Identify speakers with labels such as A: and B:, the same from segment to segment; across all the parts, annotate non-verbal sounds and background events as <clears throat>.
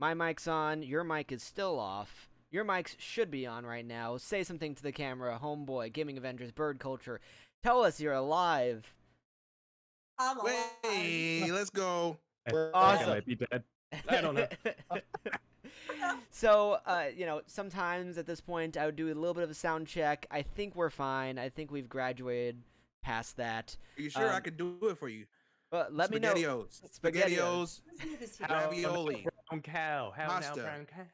A: My mic's on, your mic is still off. Your mics should be on right now. Say something to the camera, homeboy, Gaming Avengers, Bird Culture. Tell us you're alive.
B: I'm alive.
C: Way, let's go.
D: I
C: We're
D: think I
A: Awesome.
D: might be dead. I don't know.
A: <laughs> so, uh, you know, sometimes at this point, I would do a little bit of a sound check. I think we're fine. I think we've graduated past that.
C: Are you sure I
A: Um,
C: can do it for you?
A: But let me know.
C: Spaghettios.
A: Spaghettios.
C: Spaghettios.
B: Listen to this
C: How-
B: here.
C: Ravioli.
D: Brown cow. How
C: Pasta.
D: now brown cow?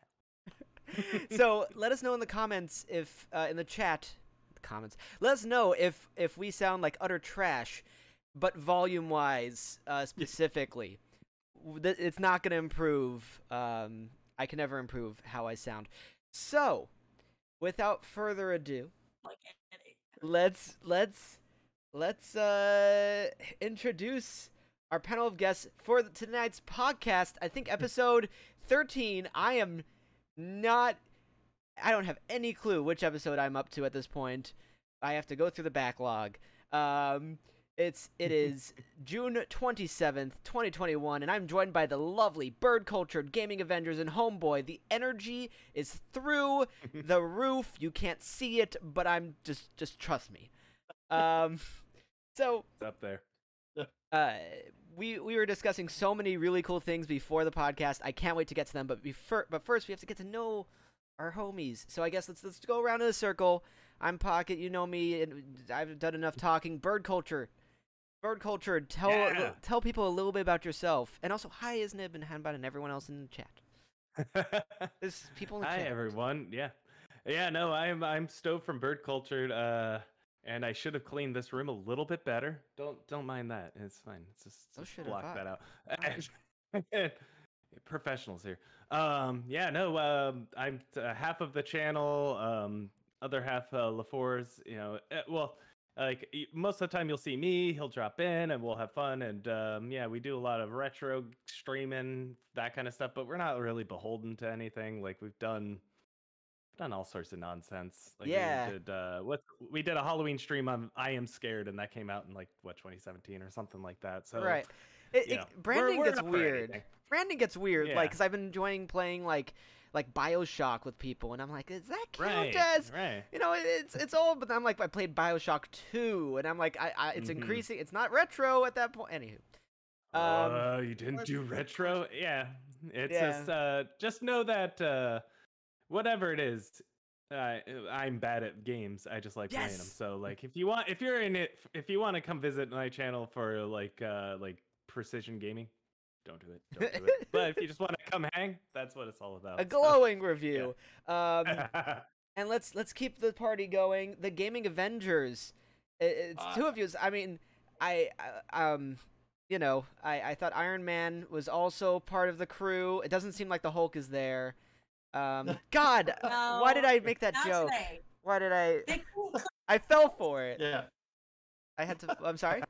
A: <laughs> so let us know in the comments if uh, in the chat comments let us know if if we sound like utter trash but volume wise uh, specifically W- th- it's not going to improve um, i can never improve how i sound so without further ado
B: Like, any-
A: let's let's let's uh introduce our panel of guests for the, tonight's podcast i think episode 13 i am not i don't have any clue which episode i'm up to at this point i have to go through the backlog um it's it is june 27th 2021 and i'm joined by the lovely bird cultured gaming avengers and homeboy the energy is through the roof you can't see it but i'm just just trust me um so
D: It's up there. <laughs>
A: uh, we we were discussing so many really cool things before the podcast. I can't wait to get to them. But before, but first we have to get to know our homies. So I guess let's let's go around in a circle. I'm Pocket, you know me, and I've done enough talking. Bird culture, bird culture. Tell
D: Yeah.
A: tell people a little bit about yourself, and also hi Isnib and Hanbot and everyone else in the chat. There's people in the
D: Hi
A: chat.
D: everyone. Yeah, yeah. No, I'm I'm Stove from Bird Cultured, uh, and I should have cleaned this room a little bit better. Don't don't mind that. It's fine. It's just,
A: So
D: just
A: should have
D: block that <laughs> out. Professionals here. Um, yeah. No. Um, I'm uh, half of the channel. Um, other half uh, LaFours. You know. eh, Well. Like y- most of the time, you'll see me. He'll drop in, and we'll have fun. And um, yeah, we do a lot of retro streaming, that kind of stuff. But we're not really beholden to anything. Like we've done done all sorts of nonsense. Like
A: Yeah.
D: We did, uh, what we did a Halloween stream on I Am Scared, and that came out in like what 2017 or something like that. So
A: right. It,
D: you
A: it-
D: know, we're-
A: branding
D: we're
A: gets
D: up for anything.
A: weird. Brandon gets weird, like
D: Yeah.
A: because I've been enjoying playing like like Bioshock with people, and I'm like, is that count
D: Right.
A: as?
D: Right.
A: You know, it- it's it's old, but I'm like, I played Bioshock two, and I'm like, I, I it's
D: Mhm.
A: increasing. It's not retro at that point. Anywho, um,
D: Oh, you didn't do retro? Yeah. It's
A: Yeah.
D: just uh just know that uh whatever it is, uh, I'm bad at games. I just like playing them.
A: Yes!
D: So like if you want if you're in it if you want to come visit my channel for like uh like precision gaming, don't do it. Don't do it. but if
A: <laughs>
D: you just want to come hang, that's what it's all about.
A: a
D: so- <laughs>
A: glowing review. <laughs> Um, and let's let's keep the party going. The Gaming Avengers. I- It's
D: Uh,
A: two of you. I mean, I, I um, you know, I I thought Iron Man was also part of the crew. It doesn't seem like the Hulk is there. Um, <laughs> God, why did
B: No,
A: I make that
B: Not
A: joke?
B: today.
A: Why did I?
B: They cool.
A: I fell for it.
E: Yeah.
A: I had to. I'm sorry.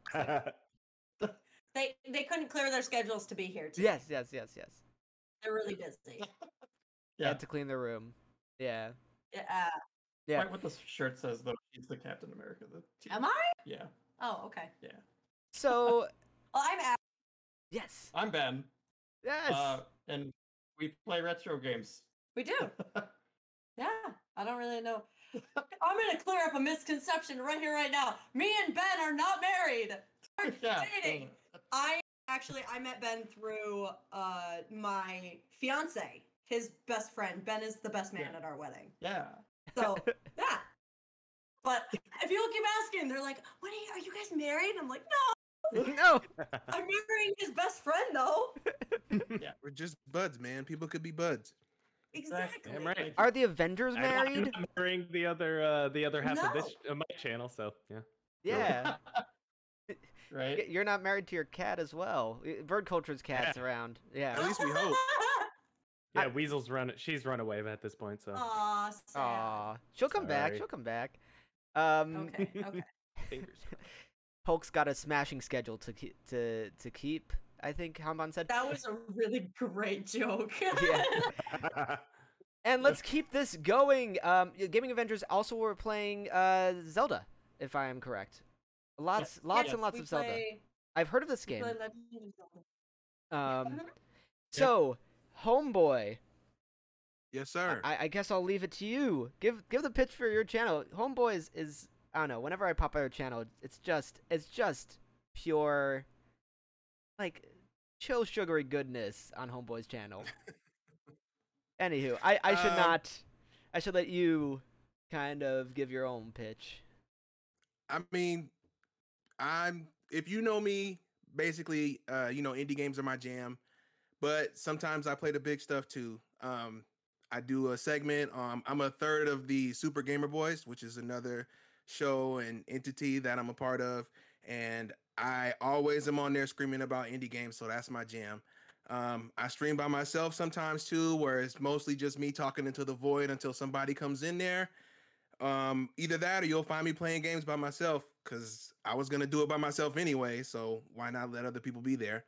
B: They they couldn't clear their schedules to be here. Today.
A: <laughs> Yes, yes, yes, yes.
B: they're really busy.
A: I
E: Yeah.
A: had to clean the room. Yeah.
B: Uh,
A: Yeah.
E: Right what the shirt says though, she's the Captain America. The team.
B: am I?
E: Yeah.
B: Oh, okay. <laughs>
A: So
B: Well, I'm out.
A: yes,
E: I'm Ben.
A: yes.
E: Uh, and we play retro games.
B: We do. Yeah, I don't really know. I'm gonna clear up a misconception right here, right now. Me and Ben are not married. We're
E: yeah.
B: dating. I actually I met Ben through uh my fiance, his best friend. Ben is the best man
E: Yeah.
B: at our wedding.
E: Yeah.
A: <laughs>
B: So yeah. But if people keep asking, they're like, "When are you, are you guys married?" I'm like, "No,
A: <laughs> no.
B: I'm marrying his best friend,
A: <laughs>
B: though."
C: We're just buds, man. People could be buds.
B: Exactly.
D: Damn right.
A: Are the
B: <laughs>
A: Avengers
D: I'm not-
A: married?
D: I'm not marrying the other uh the other half of this
B: No.
D: of my channel, so yeah.
B: <laughs>
A: Yeah. Y-
E: <laughs> Right.
A: You're not married to your cat as well. Y- Bird Culture's cat's around.
C: At
B: <laughs>
A: Yeah.
C: least we hope.
A: I-
D: Yeah, Weasel's run she's run away at this point, so
B: Aw, sad.
A: Aw. She'll come back.
D: Sorry.
A: She'll come back. Um, <laughs>
B: Okay, okay.
D: fingers crossed.
A: Hulk's got a smashing schedule to keep, to to keep. I think Hanban
B: <laughs>
A: said.
B: That was a really great joke. <laughs>
A: Yeah. And let's keep this going. Um, y- Gaming Avengers also were playing uh, Zelda, if I am correct. Lots, lots
E: Yes.
A: and lots
B: We
A: of Zelda.
B: play-
A: I've heard of this
B: we
A: game.
B: play Legend of Zelda.
A: Um,
B: Mhm.
A: so Homeboy.
C: Yes, sir.
A: I, I guess I'll leave it to you. Give give the pitch for your channel. Homeboy is, is I don't know. Whenever I pop out a channel, it's just it's just pure like chill sugary goodness on Homeboy's
C: <laughs>
A: channel. Anywho, I I should
C: Um,
A: not. I should let you kind of give your own pitch.
C: I mean, I'm if you know me, basically, uh, you know, indie games are my jam, but sometimes I play the big stuff too. Um, I do a segment. Um, I'm a third of the Super Gamer Boys, which is another show and entity that I'm a part of, and I always am on there screaming about indie games, so that's my jam. Um, I stream by myself sometimes too, where it's mostly just me talking into the void until somebody comes in there um either that or you'll find me playing games by myself because i was gonna do it by myself anyway so why not let other people be there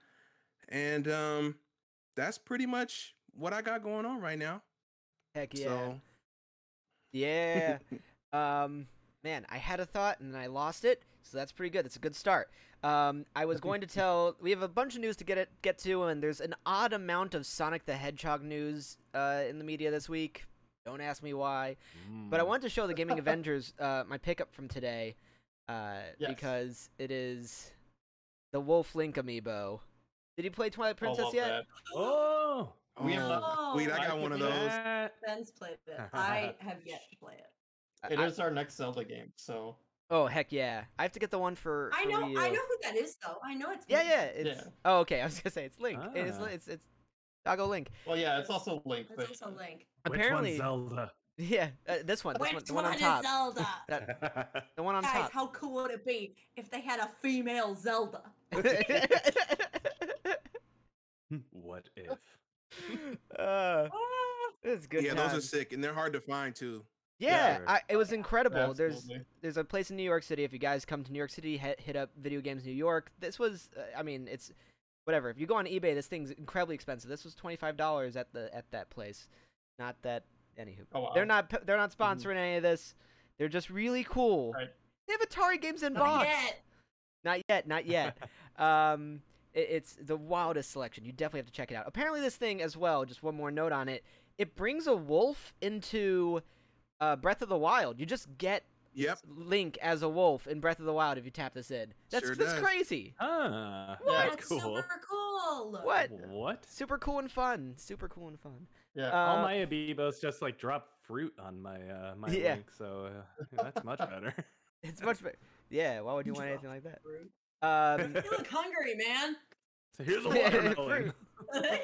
C: and um that's pretty much what i got going on right now
A: Heck yeah.
C: so
E: <laughs>
A: Yeah. um, man, I had a thought and I lost it, so that's pretty good. That's a good start. Um, I was going to tell we have a bunch of news to get it, get to, and there's an odd amount of Sonic the Hedgehog news uh, in the media this week. Don't ask me why, but I
E: Hmm.
A: wanted to show the
E: <laughs>
A: Gaming Avengers uh, my pickup from today uh,
E: Yes.
A: because it is the Wolf Link amiibo. Did you play Twilight
E: I love
A: Princess yet?
E: that.
A: <laughs>
D: Oh,
E: We have
C: oh,
B: Oh,
C: wait i got one of those
D: that-
B: Ben's played it.
C: <laughs>
B: I have yet to play it.
E: It
A: I-
E: is our next Zelda game, so
A: oh heck yeah! I have to get the one for.
B: I
A: for
B: know,
A: Wii
B: I
A: U.
B: know who that is though. I know it's
A: Yeah,
B: Link.
A: yeah. It's
E: Yeah.
A: oh okay. I was gonna say it's Link. It is
D: Ah.
A: Li- it's it's Doggo Link. <laughs>
E: well, yeah, it's also Link. But
B: That's also Link.
A: Apparently,
D: Which one's Zelda.
A: yeah. Uh, this one, this
B: Which
A: one, the
B: one,
A: one on
B: is
A: top.
B: Zelda?
A: <laughs> That- the one on
B: Guys,
A: top.
B: how cool would it be if they had a female Zelda?
A: <laughs>
B: <laughs>
D: Hmm, what if?
A: uh,
B: Ah,
A: it's good.
C: yeah those are
A: times.
C: sick and they're hard to find too
A: Yeah,
D: Yeah.
A: I, it was incredible. There's
E: absolutely.
A: there's a place in New York City. If you guys come to New York City, hit, hit up Video Games New York. This was, uh, I mean, it's whatever. If you go on eBay, this thing's incredibly expensive. This was twenty five dollars at the at that place. Not that, anywho.
E: Oh, wow.
A: They're not. p- They're not sponsoring any of this. They're just really cool.
E: Right.
A: They have Atari games in
B: not
A: box.
B: yet.
A: Not yet. Not yet. um, i- it's the wildest selection. You definitely have to check it out. Apparently, this thing as well. Just one more note on it. It brings a wolf into uh, Breath of the Wild. You just get
C: yep
A: Link as a wolf in Breath of the Wild if you tap this in. That's
C: Sure
A: that's
C: does.
A: crazy.
D: Huh.
A: What?
D: Ah, That's
B: That's
D: cool.
B: super cool.
A: What?
D: What?
A: Super cool and fun. Super cool and fun.
E: Yeah,
A: Uh,
D: All my amiibos just like drop fruit on my uh, my
A: Yeah.
D: link, so uh, that's much better. <laughs>
A: it's much better. Yeah. Why would you want anything like that?
E: fruit.
A: Um,
B: You look hungry,
A: <laughs>
B: man.
D: So here's a
A: Yeah,
D: watermelon.
A: fruit.
D: <laughs> like,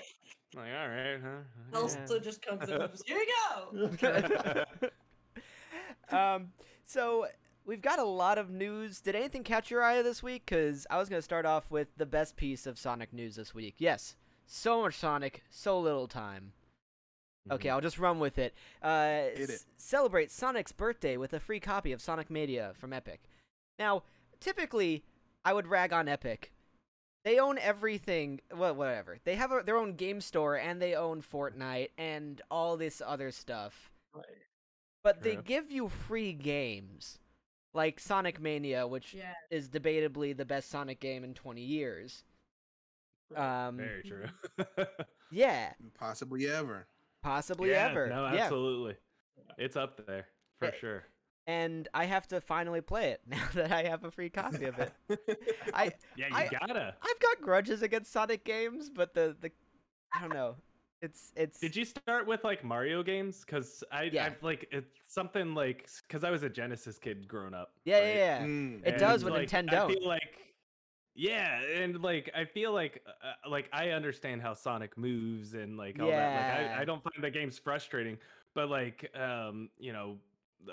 D: all right, huh? all
A: Also-
D: right."
B: Elsa just comes in and just, here you go.
D: <laughs>
A: <laughs> um, so we've got a lot of news. Did anything catch your eye this week? Because I was going to start off with the best piece of Sonic news this week. Yes, so much Sonic, so little time.
D: Mm-hmm.
A: Okay, I'll just run with it. Uh,
C: Hit
A: s-
C: it.
A: celebrate Sonic's birthday with a free copy of Sonic Mania from Epic. Now, typically, I would rag on Epic. They own everything. Well, whatever. They have a, their own game store and they own Fortnite and all this other stuff.
E: Right.
A: But they
D: True.
A: give you free games, like Sonic Mania, which
B: <laughs> Yeah.
A: is debatably the best Sonic game in 20 years.
E: Right.
A: Um,
D: Very true.
A: yeah,
C: possibly ever
A: possibly
D: <laughs> Yeah,
A: ever.
D: No,
A: yeah, Eh,
D: absolutely. It's up there for
A: Yeah.
D: sure.
A: and I have to finally play it <laughs> now that I have a free copy of
D: <laughs>
A: it. I
D: Yeah, you
A: I-
D: gotta.
A: I've got grudges against Sonic games, but the the I don't know. It's it's
D: Did you start with like Mario games? Because I,
A: Yeah.
D: I've like it's something like because I was a Genesis kid growing up.
A: yeah
D: right?
A: yeah yeah.
C: Mm,
A: It does
D: And,
A: with
D: like,
A: Nintendo.
D: I feel like yeah, and like I feel like uh, like I understand how Sonic moves and like all that. Like
A: Yeah.
D: I, I don't find the games frustrating, but like um you know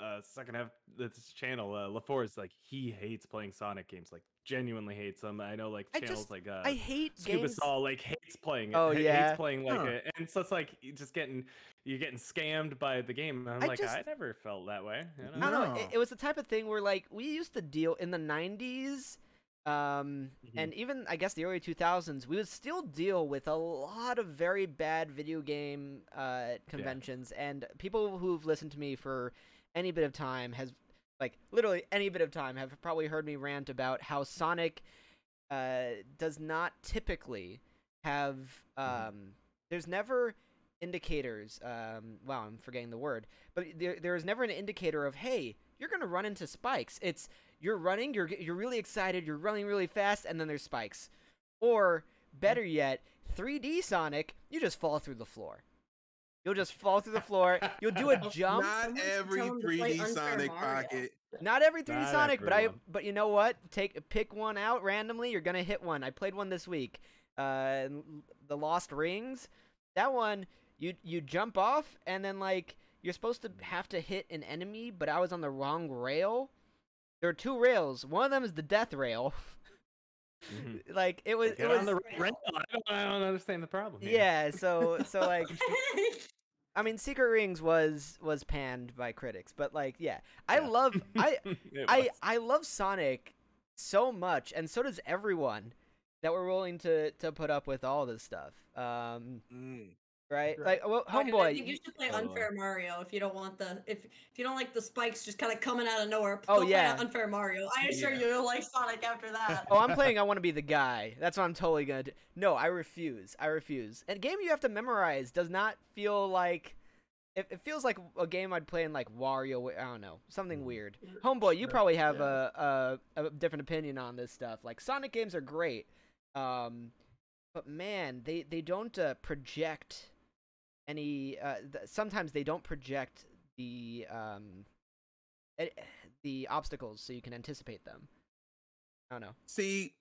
D: uh second half of this channel uh LaFour is like he hates playing Sonic games like genuinely hates them. I know like
A: I
D: channels
A: just-
D: like uh
A: I hate
D: Scuba
A: games.
D: Saw like hates playing it.
A: Oh,
D: ha-
A: yeah.
D: hates playing like
C: Huh.
D: it, and so it's like you just getting you're getting scammed by the game. And I'm
A: I
D: like,
A: just-
D: I never felt that way. you know? <laughs>
A: I don't know. It,
C: No.
A: it was the type of thing where like we used to deal in the '90s, um, and even I guess the early 2000s, we would still deal with a lot of very bad video game uh, conventions. And people who've listened to me for any bit of time has like literally any bit of time have probably heard me rant about how Sonic uh, does not typically have um, there's never indicators. Um, wow, I'm forgetting the word, but there there is never an indicator of hey, you're gonna run into spikes. It's you're running, you're g- you're really excited, you're running really fast, and then there's spikes. Or better yet, 3D Sonic, you just fall through the floor. You'll just fall through the floor. You'll do a jump.
C: Not every
B: tell him to play
C: 3D
B: Unfair
C: Sonic
B: Mario.
C: Pocket.
A: Not every 3D
D: Not
A: Sonic, but I
D: everyone.
A: but you know what? Take pick one out randomly. You're gonna hit one. I played one this week. Uh, and the Lost Rings. That one, you you jump off and then like you're supposed to have to hit an enemy, but I was on the wrong rail. There are two rails. One of them is the death rail. <laughs>
D: Mhm.
A: like it was it
D: Get
A: was
D: on the right rail. I don't, I don't understand the problem. here. <laughs>
A: yeah. So so like I mean, Secret Rings was was panned by critics, but like yeah, I
D: Yeah.
A: love I
D: <laughs> It
A: I,
D: was.
A: I love Sonic so much, and so does everyone that we're willing to to put up with all this stuff. Um,
C: Mm.
A: right?
E: Right.
A: Like, well,
B: Okay, I
A: homeboy.
B: think you
A: you-
B: should play
D: Oh, uh,
B: Unfair Mario if you don't want the if if you don't like the spikes just kind of coming out of nowhere.
A: Oh,
B: go play
A: yeah.
B: Unfair Mario. I assure
D: Yeah.
B: you, you'll like Sonic after that.
A: Oh, I'm playing. I want to be the guy. That's what I'm totally gonna do. No, I refuse. I refuse. And game you have to memorize does not feel like. It, it feels like a game I'd play in like Wario. I don't know, something weird. Homeboy, you
E: Sure,
A: probably have
E: yeah.
A: a, a a different opinion on this stuff. Like Sonic games are great, um, but man, they they don't uh, project any. Uh, th- sometimes they don't project the um, eh, the obstacles so you can anticipate them. I don't
C: See,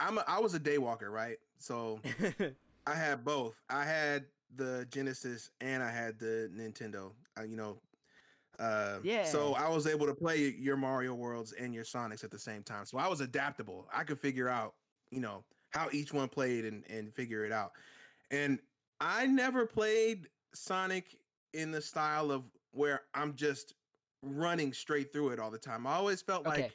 C: I'm a, I was a day walker, right? So
A: know. <laughs>
C: I had both. I had the Genesis and I had the Nintendo. Uh, you know, uh, So
A: Yeah.
C: I was able to play your Mario worlds and your Sonics at the same time. So I was adaptable. I could figure out, you know, how each one played and and figure it out. And I never played Sonic in the style of where I'm just running straight through it all the time. I always felt
A: Okay.
C: like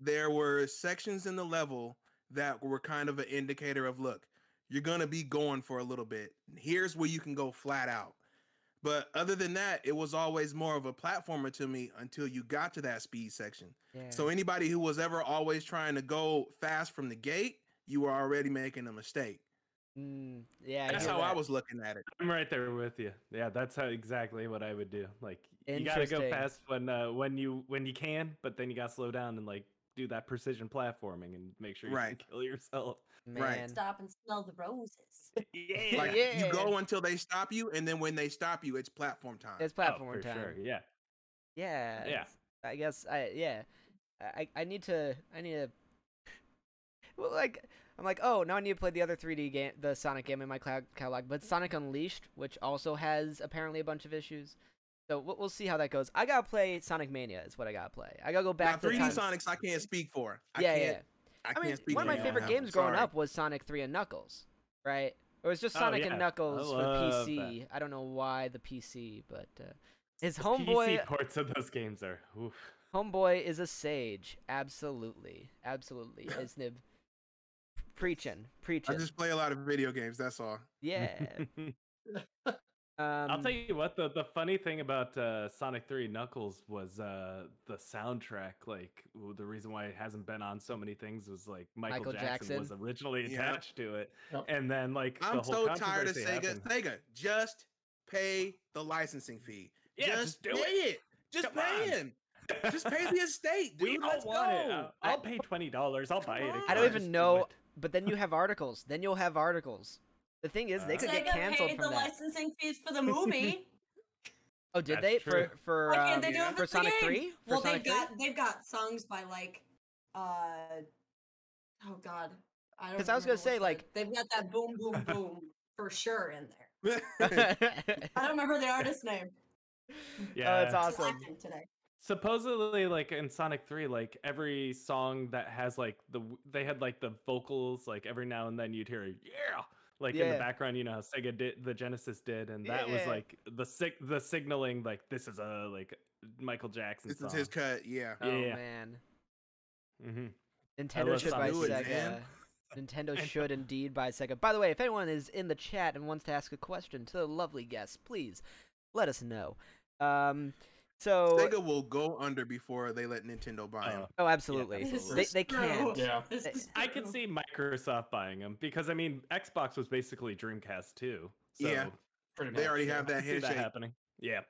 C: there were sections in the level that were kind of an indicator of look, you're going to be going for a little bit. Here's where you can go flat out. But other than that, it was always more of a platformer to me until you got to that speed section.
A: Yeah.
C: So anybody who was ever always trying to go fast from the gate, you were already making a mistake.
A: Mm, yeah,
C: That's
A: hear
C: how I
A: that.
C: was looking at it.
D: I'm right there with you. Yeah, that's how exactly what I would do. Like you gotta go
A: Interesting.
D: fast when uh, when you when you can, but then you gotta slow down and like do that precision platforming and make sure you can
C: Right.
D: <laughs> kill yourself.
C: Right.
A: Man.
B: Stop and smell the roses.
D: Yeah,
C: Like you
A: Yeah.
C: go until they stop you, and then when they stop you, it's platform time.
A: It's platform
D: Oh, for
A: time.
D: sure. Yeah,
A: Yeah. it's- I guess I yeah. I I I need to I need to <laughs> Well like I'm like, "Oh, now I need to play the other 3D game, the Sonic game in my cloud catalog, but Sonic Unleashed, which also has apparently a bunch of issues." So we'll, we'll see how that goes. I got to play Sonic Mania is what I got to play. I got to go back
C: now,
A: to
C: 3D
A: time.
C: Sonics, I can't speak for. I
A: yeah,
C: can't,
A: yeah.
C: I
A: I
C: can't
A: mean,
C: speak
A: one of my
C: for you on
A: favorite
C: that one,
A: games growing
C: sorry.
A: up was Sonic 3 and Knuckles, right? It was just
D: Oh,
A: Sonic
D: yeah.
A: and
D: I
A: Knuckles for
D: love that.
A: PC. I don't know why the PC, but uh, his
D: The
A: homeboy
D: PC ports of those games are. oof.
A: homeboy is a sage. Absolutely, absolutely.
C: <laughs>
A: Isnib preaching,
C: I
A: preaching.
C: just <laughs> play a lot of video games. That's all.
A: Yeah.
D: <laughs>
A: Um,
D: I'll tell you what the the funny thing about uh, Sonic Three Knuckles was uh, the soundtrack. Like w- the reason why it hasn't been on so many things was like Michael,
A: Michael
D: Jackson, was
A: Jackson.
D: originally
C: Yep.
D: attached to it,
E: Yep.
D: and then like
C: I'm
D: the whole
C: so tired of
D: controversy
C: Sega.
D: happened.
C: Sega, just pay the licensing fee.
D: Yeah, just do
C: pay it. Just
D: Come
C: pay
D: on.
C: him. Just pay the estate, dude.
D: <laughs> we all
C: Let's
D: want
C: go.
D: it. I'll,
A: I-
D: I'll pay twenty dollars. I'll buy it.
C: Come
D: Again.
A: I don't
D: Just
A: even
D: do
A: know.
D: it.
A: But then you have articles. Then you'll have articles. The thing is, they
C: Uh.
A: could get
B: Sega
A: canceled
B: paid
A: from
B: the
A: that.
B: licensing fees for
A: <laughs>
B: the movie.
A: Oh, did
D: That's
A: they
D: true.
A: for for
B: Why can't
A: um,
B: they do it
C: yeah.
A: for
B: for, the
A: Sonic
B: game?
A: Three? For
B: Well,
A: Sonic
B: they've
A: 3?
B: got they've got songs by like, uh, oh god, I don't.
A: 'Cause I was gonna
B: remember what
A: say,
B: the- <laughs>
A: like- <laughs>
B: they've got that boom boom boom for sure in there. I
C: <laughs>
A: <laughs> oh,
B: don't remember the artist name.
D: Yeah,
A: that's
B: It's <laughs>
A: awesome.
B: active today.
D: supposedly like in sonic 3 like every song that has like the w- they had like the vocals like every now and then you'd hear a yeah like in the
A: Yeah.
D: background you know how sega did the genesis did and that was
A: Yeah.
D: like the sig- the signaling like this is a like michael jackson
C: this
D: song.
C: is his cut. Yeah.
A: Oh
D: Yeah.
A: man,
D: hmm
A: Nintendo
D: love
A: should buy
D: Sonic. Do it,
A: Sega.
C: man.
A: Nintendo
D: And-
A: should indeed buy Sega. By the way, if anyone is in the chat and wants to ask a question to the lovely guest, please let us know. Um, so
C: Sega will go under before they let Nintendo buy him.
D: Uh,
A: oh, absolutely,
D: This
A: <laughs> they
D: absolutely.
B: is
A: they
B: true.
A: can't.
E: Yeah.
B: This
A: I-
B: is
D: i could
B: true.
D: see microsoft buying them because i mean xbox was basically dreamcast too
C: Yeah,
E: Pretty
C: They
E: much,
C: already
E: yeah.
C: have that
D: I see that
C: handshake.
D: happening. Yeah.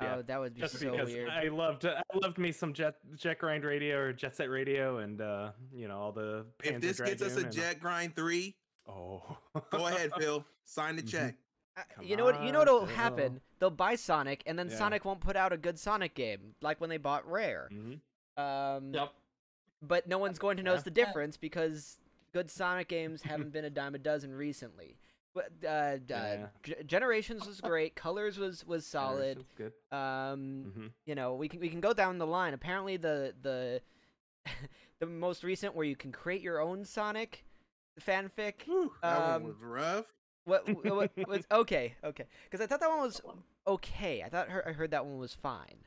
D: Yeah.
A: Oh, that would be
D: Just
A: so
D: because
A: weird.
D: I loved I loved me some jet jet grind radio or jet set radio and uh you know all the
C: If
D: Panzer
C: this gets us
D: Dragoon
C: a
D: and-
C: jet grind three,
D: <laughs> oh
C: go <laughs>
D: <laughs>
C: ahead, Phil. Sign the
D: Mhm.
C: check.
A: Uh,
D: Come
A: you know what? You know what'll
D: on,
A: happen?
D: Phil.
A: They'll buy Sonic, and then
D: Yeah.
A: Sonic won't put out a good Sonic game, like when they bought Rare.
D: Mhm.
A: Um,
E: Yep.
A: But no one's going to
D: Yeah.
A: notice the difference because good Sonic games haven't been a dime a dozen recently. But uh, uh,
D: Yeah.
A: G- Generations was great. Colors was was solid.
D: Generations, good
A: Um,
D: hmm
A: you know we can we can go down the line apparently the the <laughs> the most recent where you can create your own sonic fanfic
C: Whew, that
A: Um,
C: one was rough.
A: what,
C: <laughs>
A: what, what was okay okay because i thought that one was okay i thought her, i heard that one was fine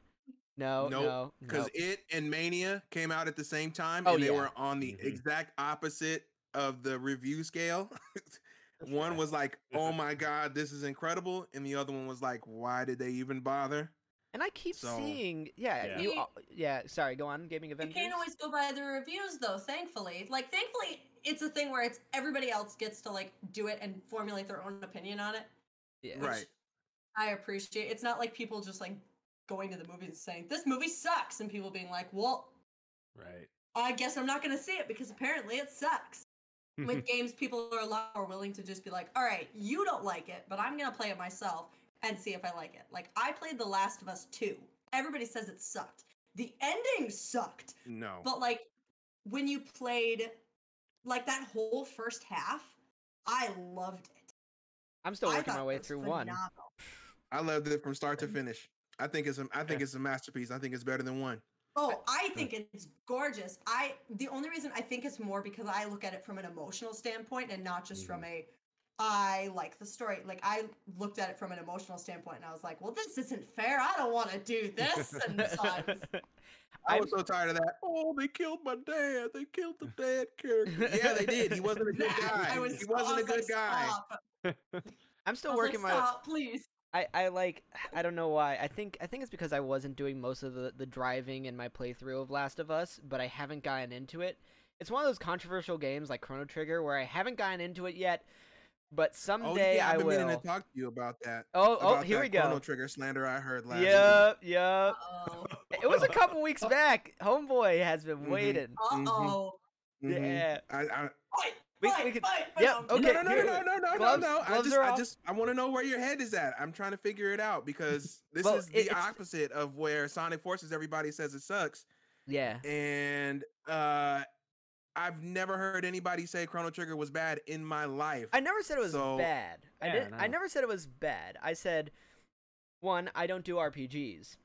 A: no
C: Nope,
A: no
C: because
A: nope.
C: it and Mania came out at the same time,
A: Oh,
C: and they
A: yeah.
C: were on the
D: Mhm.
C: exact opposite of the review scale. <laughs> one was like, "Oh
A: Mm-hmm.
C: my god, this is incredible," and the other one was like, "Why did they even bother?"
A: and i keep
C: so-
A: seeing yeah
D: Yeah.
A: you
B: See-
A: al- yeah sorry go on gaming
B: You
A: Avengers.
B: can't always go by the reviews though, thankfully. Like thankfully it's a thing where it's everybody else gets to like do it and formulate their own opinion on it.
A: Yeah.
B: which
C: Right.
B: I appreciate. It's not like people just like going to the movies and saying, This movie sucks and people being like, Well,
D: right
B: I guess I'm not gonna see it because apparently it sucks.
A: <laughs>
B: With games, people are a lot more willing to just be like, all right, you don't like it, but I'm gonna play it myself and see if I like it. Like I played The Last of Us 2. Everybody says it sucked. The ending sucked.
C: No,
B: But like when you played like that whole first half, I loved it.
A: i'm still
B: I
A: working
B: thought
A: my
B: it
A: way
B: was
A: through one
B: phenomenal.
C: I loved it from start
A: Mm-hmm.
C: to finish. I think it's a, I think
D: Okay.
C: it's a masterpiece. I think it's better than one.
B: Oh, I think it's gorgeous. I the only reason I think it's more because I look at it from an emotional standpoint and not just from
A: Mm-hmm.
B: a I like the story. Like I looked at it from an emotional standpoint and I was like, well, this isn't fair. I don't want to do this.
A: <laughs>
B: And
D: <laughs>
B: so I was-
C: I
A: I'm-
C: was so tired of that. Oh, they killed my dad. They killed
A: <laughs>
C: the dad character. yeah, they did. He wasn't
B: <laughs>
C: a good guy.
B: I was,
C: he wasn't
B: I
C: a
B: was like,
C: good guy.
B: "Stop."
A: i'm
B: I
A: still
B: was
A: working
B: like,
A: my
B: Stop, please.
A: I, I like I don't know why. I think I think it's because I wasn't doing most of the, the driving in my playthrough of Last of Us, but I haven't gotten into it. It's one of those controversial games like Chrono Trigger where I haven't gotten into it yet, but
C: Oh
A: someday
C: yeah,
A: I
C: I've been meaning
A: will.
C: to talk to you about that.
A: oh, oh,
C: about
A: here
C: that
A: we go.
C: Chrono Trigger slander I heard last. week.
A: Yep, yep.
B: Oh,
A: It was a couple weeks
C: <laughs>
A: back. Homeboy has been
C: Mhm.
A: waiting.
B: uh
C: Mhm.
B: oh.
C: Mhm.
A: Yeah.
C: I, I,
B: Fight,
A: Mm-hmm. We-
B: fight,
A: we could-
B: fight,
A: yep,
B: fight.
A: okay,
C: no, no, no,
A: here-
C: no, no, no,
A: gloves-
C: no, no. I
A: gloves
C: just,
A: are
C: I
A: off.
C: just, I want to know where your head is at. I'm trying to figure it
A: <laughs>
C: out because this
A: Well,
C: is
A: it-
C: the
A: it's-
C: opposite of where Sonic Forces. Everybody says it sucks,
A: Yeah.
C: and uh, I've never heard anybody say Chrono Trigger was bad in my life.
A: I never said it was
C: So-
A: bad. I
D: Yeah,
A: didn't. I
D: no.
A: never said it was bad. I said, one, I don't do RPGs,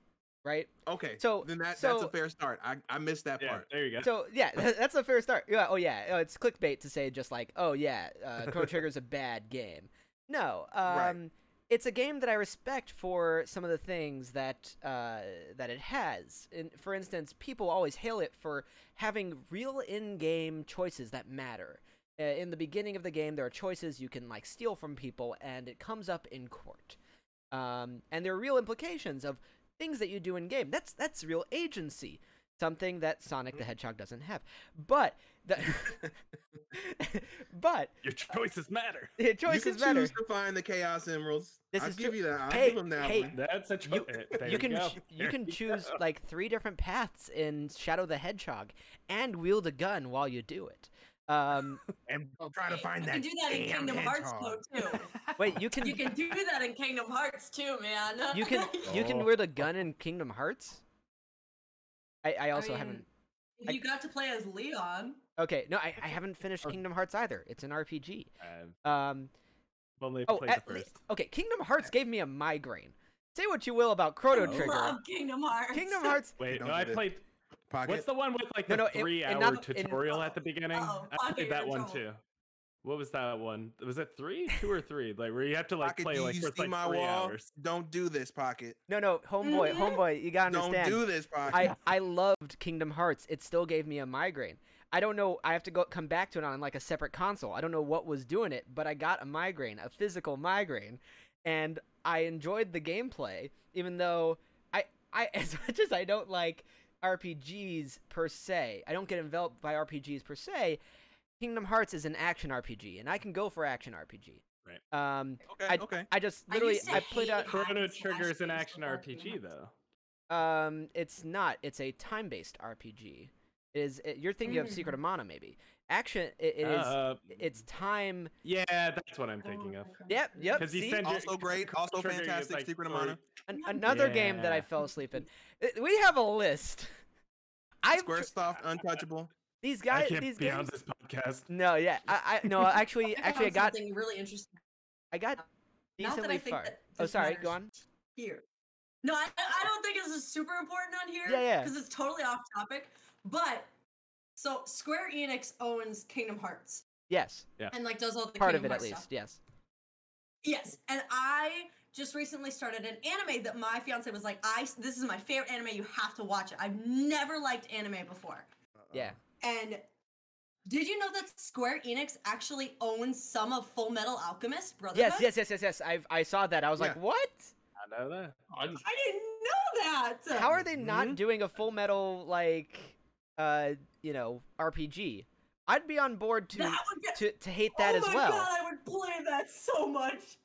A: right?
C: okay,
A: so-
C: then that, that's
A: so-
C: a fair start. I, I missed that
D: yeah
C: part.
D: there you go
A: So yeah, <laughs> that's a fair start. Yeah, oh yeah, oh, it's clickbait to say just like, oh yeah, uh, Chrono Trigger's a bad game. No, um,
C: Right.
A: it's a game that I respect for some of the things that uh, that it has. And for instance, people always hail it for having real in-game choices that matter. Uh, in the beginning of the game, there are choices you can like steal from people, and it comes up in court. Um, and there are real implications of things that you do in game. That's that's real agency something that Sonic
C: Mm.
A: the Hedgehog doesn't have. But the
C: <laughs>
A: <laughs> but <laughs>
D: your choices matter
A: the
C: you
A: choices
C: can
A: matter.
C: choose to find the Chaos Emeralds.
A: This
C: I'll
A: is
C: give
A: true.
C: you that. I'll
A: Hey,
C: give them that
A: hey,
C: one.
D: that's a
A: You-
D: choice there
A: You can
D: go. <laughs>
A: ch- you
D: There
A: can choose
D: go.
A: like three different paths in Shadow the Hedgehog and wield a gun while you do it. Um, <laughs>
C: and try to
B: Wait,
C: find
B: you
C: that.
B: Oh, can do that in
C: damn
B: Kingdom Hearts
C: hedgehog.
B: though too.
A: wait, you can
B: you can do that in Kingdom Hearts too, man.
A: <laughs> you <laughs> can you can
D: Oh.
A: wield a gun in Kingdom Hearts. I, I also
B: mean,
A: haven't. I-
B: If <laughs> you got to play as Leon.
A: Okay, no, I, I haven't finished
D: Oh.
A: Kingdom Hearts either. It's an RPG.
D: I've
A: Um,
D: only
A: oh,
D: played
A: at
D: the
A: le-
D: first
A: okay. Kingdom Hearts gave me a migraine. Say what you will about Chrono
D: Oh.
A: Trigger.
B: Love Kingdom Hearts.
A: Kingdom Hearts
D: wait
C: don't
D: no I
C: get it.
D: played
C: Pocket.
D: What's the one with like
A: No,
D: the
A: no, in-
D: three
A: in
D: hour
A: not- in- oh,
D: tutorial at the beginning?
B: Uh-oh,
D: I
B: Pocket,
D: played
B: you're
D: that
B: in
D: one
B: trouble.
D: too. What was that one? Was it three, two or three? Like where you have to like
C: Pocket,
D: play
C: do
D: like
C: you
D: for
C: see
D: like
C: my
D: three
C: wall?
D: hours.
C: Don't do this, Pocket.
A: No, no, homeboy,
B: Mhm.
A: homeboy, you gotta
C: Don't
A: understand.
C: do this, Pocket.
A: I I loved Kingdom Hearts. It still gave me a migraine. I don't know. I have to go come back to it on like a separate console. I don't know what was doing it, but I got a migraine, a physical migraine, and I enjoyed the gameplay, even though I I <laughs> as much as I don't like RPGs per se, I don't get enveloped by RPGs per se. Kingdom Hearts is an action RPG, and I can go for action RPG. Um,
C: Okay. okay.
A: I just
B: used
A: literally
B: to
A: I, played
B: hate
A: out.
D: Chrono
B: hack and slash
D: Trigger is an
B: games
D: action
B: all I
D: RPG
B: want.
D: though.
A: Um, it's not. It's a time-based RPG. It is it, you're thinking of
D: Mm.
A: Secret of Mana maybe? Action. It, it is.
D: Uh,
A: It's time.
D: yeah, that's what I'm
B: Oh
D: thinking of.
A: Yep. Yep.
D: Because
A: see?
D: you send your-
C: Also great,
D: <laughs> Chrono
C: also
D: Trigger, it's
C: fantastic, Secret of
D: sorry.
C: Mana.
A: An- another game that I
D: Yeah.
A: fell asleep in. Uh, We have a
D: <laughs>
A: list. I've tr-
C: SquareSoft, Untouchable.
A: these
D: I
A: guys.
D: can't
A: These
D: be on
A: games.
D: this podcast.
A: <laughs> No, yeah, I, I
D: <laughs>
A: no, actually, actually, I
B: found
A: got,
B: something really interesting.
A: I got
B: Not that I
A: decently
B: think
A: far.
B: that
A: Oh,
B: this
A: sorry,
B: matters
A: go on.
B: Here. No, I, I don't think this is super important on here.
A: Yeah, yeah.
B: Because it's totally off topic. But so Square Enix owns Kingdom Hearts
A: Yes,
B: and like does all the
A: part of it
B: Kingdom
A: at
B: Hearts
A: least.
B: stuff.
A: Yes.
B: Yes, and I just recently started an anime that my fiance was like, "I this is my favorite anime. You have to watch it. I've never liked anime before."
C: uh,
A: Yeah.
B: And did you know that Square Enix actually owns some of Full Metal Alchemist Brotherhood?
A: Yes, yes, yes, yes, yes. I I saw that. I was like,
C: Yeah.
A: what?
D: I know that.
E: I just
B: I didn't know that.
A: How are they
D: Mhm.
B: Mm-hmm.
A: not doing a Full Metal like, uh, you know, RPG? I'd be on board to
B: that would get,
A: to, to hate that
B: oh
A: as
B: my
A: well.
B: god, I would play that so much.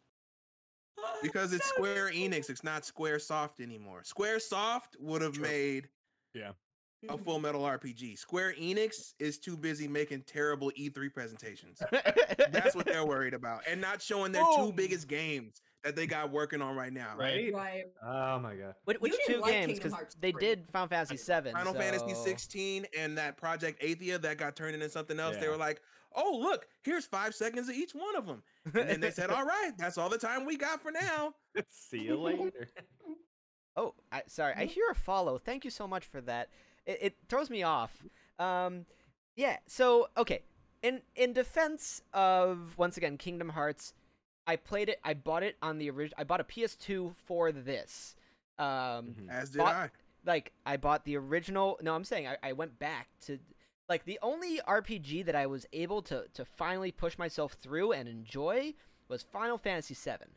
B: <sighs>
C: Because it's
B: That would
C: Square
B: be so
C: Enix, it's not Square Soft anymore. Square Soft would have
D: True.
C: made a
B: good.
C: full metal RPG. Square Enix is too busy making terrible E3 presentations.
A: <laughs>
C: That's what they're worried about. And not showing their two
A: Boom.
C: biggest games that they got working on right now.
E: right.
B: Right.
D: Oh my god. <laughs>
A: Whi- Which
B: didn't
A: two
B: like
A: games?
B: Kingdom
A: Because
B: Hearts
A: they
B: 3.
A: did Final Fantasy Seven.
C: Final Fantasy
A: so-
C: 16 and that Project Athia that got turned into something else. They
D: Yeah.
C: were like, "Oh, look, here's 5 seconds of each one of them." And then
A: <laughs>
C: they said, "All right, that's all the time we got for now."
D: See
A: <laughs>
D: you later.
A: Oh, I, sorry. I
B: Nope.
A: hear a follow. Thank you so much for that. It, it throws me off. Um, yeah. So okay. In in defense of once again Kingdom Hearts, I played it. I bought it on the original. I bought a PS2 for this. Um,
D: Mhm.
C: As did
A: Bought-
C: I.
A: like I bought the original. No, I'm saying I, I went back to like the only RPG that I was able to to finally push myself through and enjoy was Final Fantasy VII.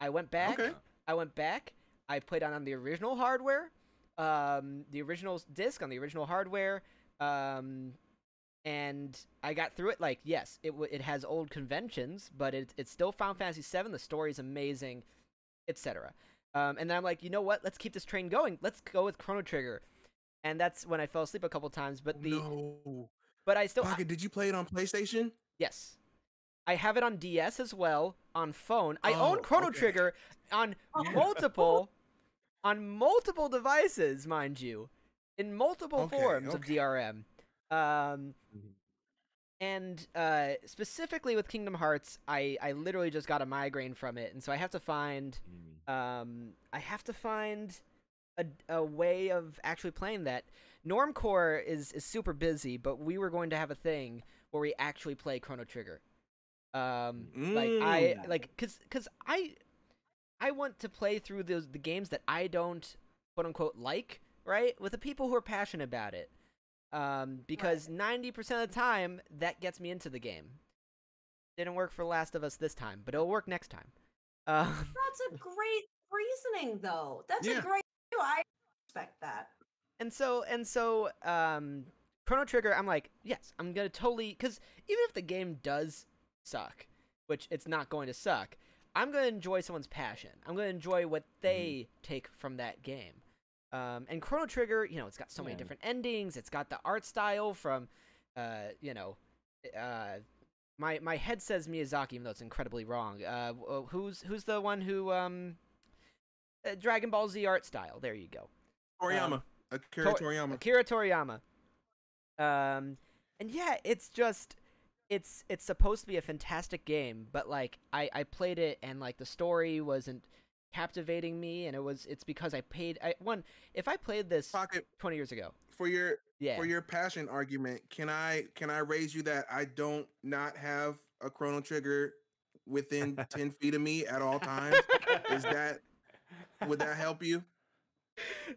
A: I went back.
C: Okay.
A: I went back. I played on, on the original hardware, um, the original s- disc on the original hardware, um, and I got through it. Like, yes, it w- it has old conventions, but it, it's still Final Fantasy VII. The story's amazing, etc. Um, and then I'm like, you know what? Let's keep this train going. Let's go with Chrono Trigger, and that's when I fell asleep a couple times. But the
C: no.
A: but I still I-
C: Pocket, did you play it on PlayStation?
A: yes, I have it on DS as well on phone. I own
C: Oh,
A: Chrono
C: okay.
A: Trigger
C: <laughs>
A: on multiple on multiple devices, mind you, in multiple
C: Okay,
A: forms of
C: okay.
A: DRM. Um,
D: Mhm.
A: and uh, specifically with Kingdom Hearts, I I literally just got a migraine from it, and so I have to find um I have to find a, a way of actually playing that. Normcore is is super busy, but we were going to have a thing where we actually play Chrono Trigger. Um, like I
C: Mm.
A: like cause cause I I want to play through those the games that I don't quote unquote like right with the people who are passionate about it. Um, because ninety percent of the time that gets me into the game. Didn't work for Last of Us this time, but it'll work next time. <laughs> Um,
B: That's a great reasoning, though. That's
C: Yeah.
B: a great. I respect that.
A: and so and so um chrono trigger i'm like yes i'm gonna totally because even if the game does suck which it's not going to suck i'm gonna enjoy someone's passion i'm gonna enjoy what they take from that game um and chrono trigger you know it's got so many
D: Yeah.
A: different endings it's got the art style from uh you know uh my my head says Miyazaki, even though it's incredibly wrong. Uh, wh- who's who's the one who um, uh, Dragon Ball Z art style? There you go.
C: Toriyama. Akira
A: Tor-
C: Toriyama.
A: Akira Toriyama. Um, and yeah, it's just it's it's supposed to be a fantastic game, but like I I played it and like the story wasn't captivating me, and it was it's because I paid I one if I played this
C: Pocket
A: twenty years ago,
C: for your
A: yeah,
C: for your passion argument, can I can I raise you that I don't not have a chrono trigger
A: <laughs>
C: within ten feet of me at all times? Is that would that help you?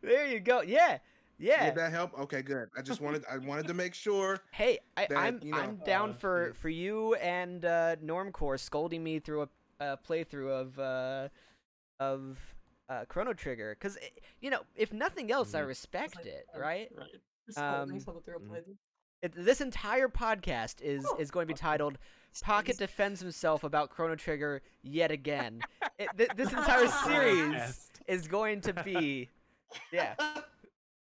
A: there you go, yeah, yeah.
C: Would that help? Okay, good. I just wanted I wanted to make sure.
A: Hey, I,
C: that,
A: I'm
C: you know,
A: I'm down
D: uh,
A: for
D: is-
A: for you and uh, Normcore scolding me through a, a playthrough of uh, of uh, Chrono Trigger because you know if nothing else I
C: Mm-hmm.
D: Mhm.
A: respect it
E: um,
A: right.
E: Right.
B: Just holding
A: Um,
B: someone through a
D: mhm.
B: playthrough.
A: It, this entire podcast is is going to be titled Pocket defends himself about Chrono Trigger yet again. It- th- this <laughs> entire series Uh,
D: Yes.
A: is going to be, yeah.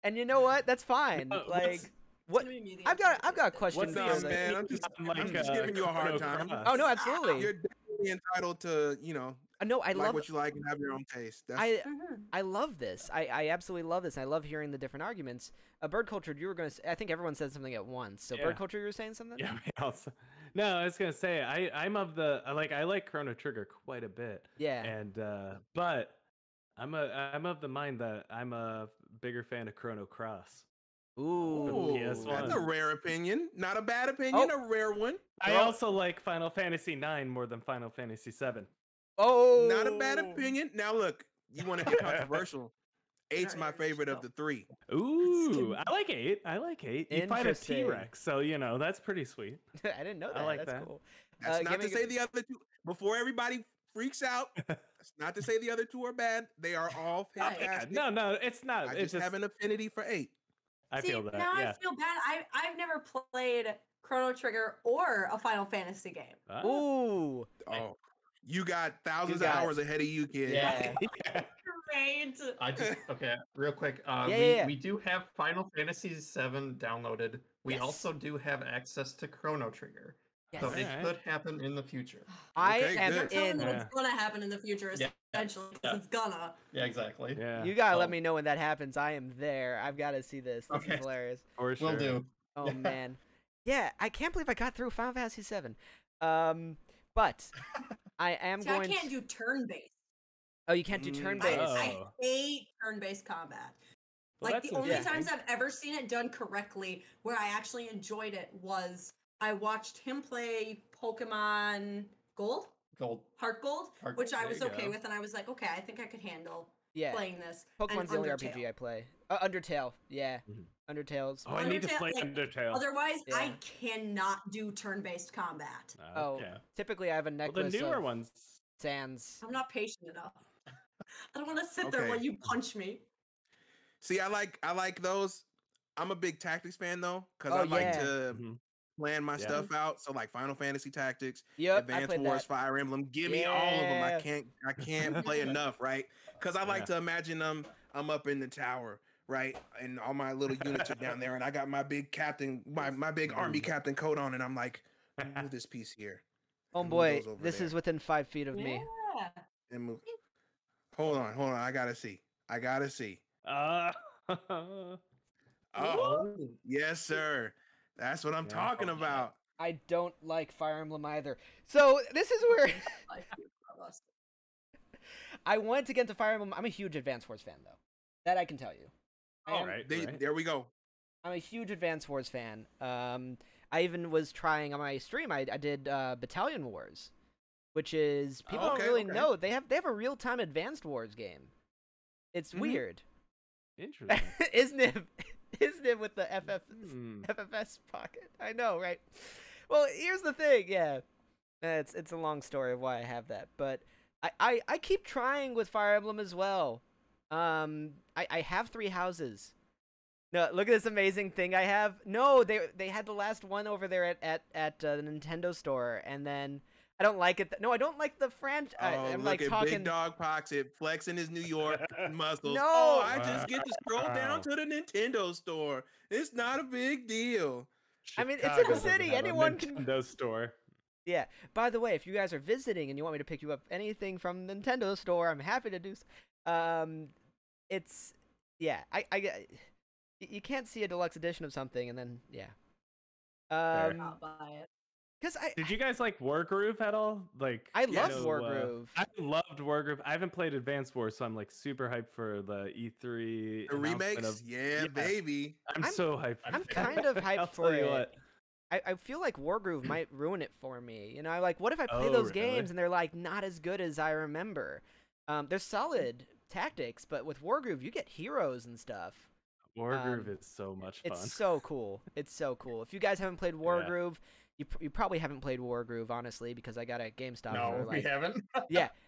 A: And you know what? That's fine.
D: No,
A: Like,
D: what's-
A: what? I've got, I've got a question.
D: What's
A: for
D: up,
A: you,
C: up,
A: like-
C: man? I'm just,
D: I'm like,
C: I'm just
D: uh,
C: giving you a hard
D: Chrono
C: time.
D: Cross.
A: Oh no, absolutely.
C: You're definitely entitled to, you know,
A: Uh, no, I
C: like
A: love,
C: what you like and have your own taste. That's,
A: I,
B: Mhm.
A: I love this. I, I absolutely love this. I love hearing the different arguments. Uh, bird culture, you were going to. I think everyone said something at once. So
D: Yeah.
A: bird culture, you were saying something.
D: <laughs> Yeah, I also. No, I was gonna say I I'm of the I like I like Chrono Trigger quite a bit,
A: Yeah.
D: and uh but I'm a I'm of the mind that I'm a bigger fan of Chrono Cross.
A: Ooh.
D: PS1.
C: that's a rare opinion. Not a bad opinion,
A: Oh.
C: a rare one.
D: I
A: Well-
D: also like Final Fantasy IX more than Final Fantasy VII.
A: Oh.
C: Not a bad opinion. Now look, you want to get controversial. Eight's
B: Not
C: my
B: yours,
C: favorite
A: <laughs>
C: of
B: no.
C: the three.
D: Ooh,
B: Interesting.
D: I like eight. I like eight. You fight a
A: Interesting.
D: T Rex, so you know that's pretty sweet.
A: <laughs> I didn't know
D: I
A: that.
D: like
A: That's
D: that.
A: cool.
C: That's
A: Uh,
C: not
A: give
C: to
A: me-
C: say the other two. Before everybody freaks out, that's not to say the other two are bad. They are all
B: Yeah, yeah,
D: Yeah,
C: fantastic.
D: Oh, no, no, it's not.
C: I
D: it's
C: just
D: just
C: have an affinity for eight.
D: I
B: See,
D: feel that.
B: now
D: Yeah.
B: I feel bad. I I've never played Chrono Trigger or a Final Fantasy game.
D: Ah,
A: Ooh.
C: Oh, you got thousands of
A: got-
C: hours ahead of you, kid.
A: Yeah.
B: Great.
E: I just okay, real quick. Uh,
A: Yeah,
E: we,
A: yeah, yeah.
E: we do have Final Fantasy VII downloaded. We
A: Yes.
E: also do have access to Chrono Trigger,
A: Yes. Ah.
E: so
D: Okay.
E: it could happen in the future.
A: I
C: Okay,
A: am
B: You're
C: good.
B: telling
A: in.
B: me
D: Yeah.
B: what's gonna happen in the future,
E: Yeah.
B: essentially, 'cause
E: Yeah.
B: it's gonna.
E: Yeah, exactly.
D: yeah.
A: You gotta let
E: Oh.
A: me know when that happens. I am there. I've got to see this. This
E: Okay.
A: is hilarious.
D: for sure.
E: Will do.
A: Oh
E: Yeah.
A: man, yeah. I can't believe I got through Final Fantasy VII. Um, but I am
B: See, I
A: going.
B: can't
A: to-
B: do turn based.
A: Oh, you can't do
C: Mm,
A: turn
B: I,
A: based.
B: I
D: Oh.
B: hate turn based combat.
D: Well,
B: like
D: that's
B: the only
A: interesting.
B: times I've ever seen it done correctly, where I actually enjoyed it, was I watched him play Pokemon Gold,
E: Gold.
B: Heart Gold,
E: Heart
B: which
E: Gold,
B: I
E: there
B: was
E: you
B: okay
E: go.
B: with, and I was like, okay, I think I could handle
A: yeah,
B: playing this. and
A: Pokemon's the only
B: Undertale.
A: RPG I play. Uh, Undertale. Yeah,
D: Mhm.
A: Undertale's.
D: Oh, I need to
B: Undertale,
D: play
B: like,
D: Undertale.
B: Otherwise, I
A: Yeah.
B: cannot do turn-based combat.
A: Oh,
D: Okay.
A: Typically, I have a
D: Well, the
A: necklace
D: newer
A: of
D: ones.
A: sands.
B: I'm not patient enough. <laughs> I don't want to sit there while
C: Okay.
B: you punch me.
C: See, I like I like those. I'm a big tactics fan though, because
A: Oh,
C: I like
A: yeah.
C: to
D: Mhm.
C: plan my
D: Yeah.
C: stuff out. So like Final Fantasy Tactics,
A: Yep, I
C: Advanced
A: played
C: Wars,
A: that.
C: Fire Emblem. Give me all of them.
A: Yeah.
C: I can't I can't play enough, right? Because I like to imagine I'm I'm up in the tower, right? And all my little units are down there, and I got my big captain, my my big army
D: Mhm.
C: captain coat on, and I'm like, move this piece here.
A: Oh
C: and move
A: boy,
C: those over
A: this
C: there,
A: is within five feet of me.
B: Yeah.
C: and move. Hold on, hold on. I gotta see. I gotta see.
D: Uh, <laughs>
C: Oh, yes, sir. That's what I'm
D: Yeah.
C: talking
E: Oh, yeah.
C: about.
A: I don't like Fire Emblem either. So this is where
B: Like, I lost it.
A: I want to get into Fire Emblem. I'm a huge Advanced Wars fan, though. That I can tell you. I
D: all
A: am-
D: right.
C: They-
D: right.
C: There we go.
A: I'm a huge Advanced Wars fan. Um, I even was trying on my stream. I, I did uh, Battalion Wars, which is people
C: Oh, Okay,
A: don't really
C: okay.
A: know they have they have a real time Advanced Wars game. It's
C: Mhm.
A: weird, <laughs>
D: Interesting.
A: isn't it? <laughs> Isn't it with the FF <laughs>
D: Hmm.
A: FFS pocket? I know, right? Well, here's the thing. Yeah, Uh, it's it's a long story of why I have that, but I I, I keep trying with Fire Emblem as well. Um, I I have three houses. No, look at this amazing thing I have. No, they they had the last one over there at at at uh, the Nintendo store, and then I don't like it. Th- no, I don't like the franchise.
C: oh,
A: I'm
C: look
A: like
C: at
A: talking.
C: Big Dog Poxit flexing his New York muscles.
A: No.
C: Oh, I just get to scroll
D: Wow.
C: down to the Nintendo store. It's not a big deal.
A: I mean, it's in the
D: Chicago doesn't
A: city,
D: have a
A: anyone can-
D: Nintendo store.
A: By the way, if you guys are visiting and you want me to pick you up anything from Nintendo store, I'm happy to do. So. Um, it's yeah, I I get- y- you can't see a deluxe edition of something and then yeah,
D: Fair.
A: um,
B: I'll buy it.
A: because I
D: Did you guys like Wargroove at all? Like
A: I
D: you
A: love
D: know,
A: Wargroove.
D: Uh, I loved Wargroove. I haven't played Advanced War, so I'm like super hyped for the E3
C: The
D: announcement
C: remakes,
D: Of,
C: yeah,
D: yeah.
C: baby.
D: I'm,
A: I'm-
D: so hyped.
A: I'm
D: for
A: kind of
D: that. <laughs> I'll
A: hyped
D: tell
A: for
D: you
A: it.
D: what.
A: I, I feel like
D: <clears throat>
A: Wargroove might ruin it for me. You know, I like what if I play
D: Oh,
A: those
D: really?
A: games and they're like not as good as I remember. Um, they're solid tactics, but with Wargroove you get heroes and stuff.
D: Wargroove
A: Um,
D: is so much fun.
A: It's so cool. It's <laughs> so cool. If you guys haven't played Wargroove, you pr- you probably haven't played Wargroove honestly because I got a GameStop for <laughs>
E: No, we
A: like
E: haven't.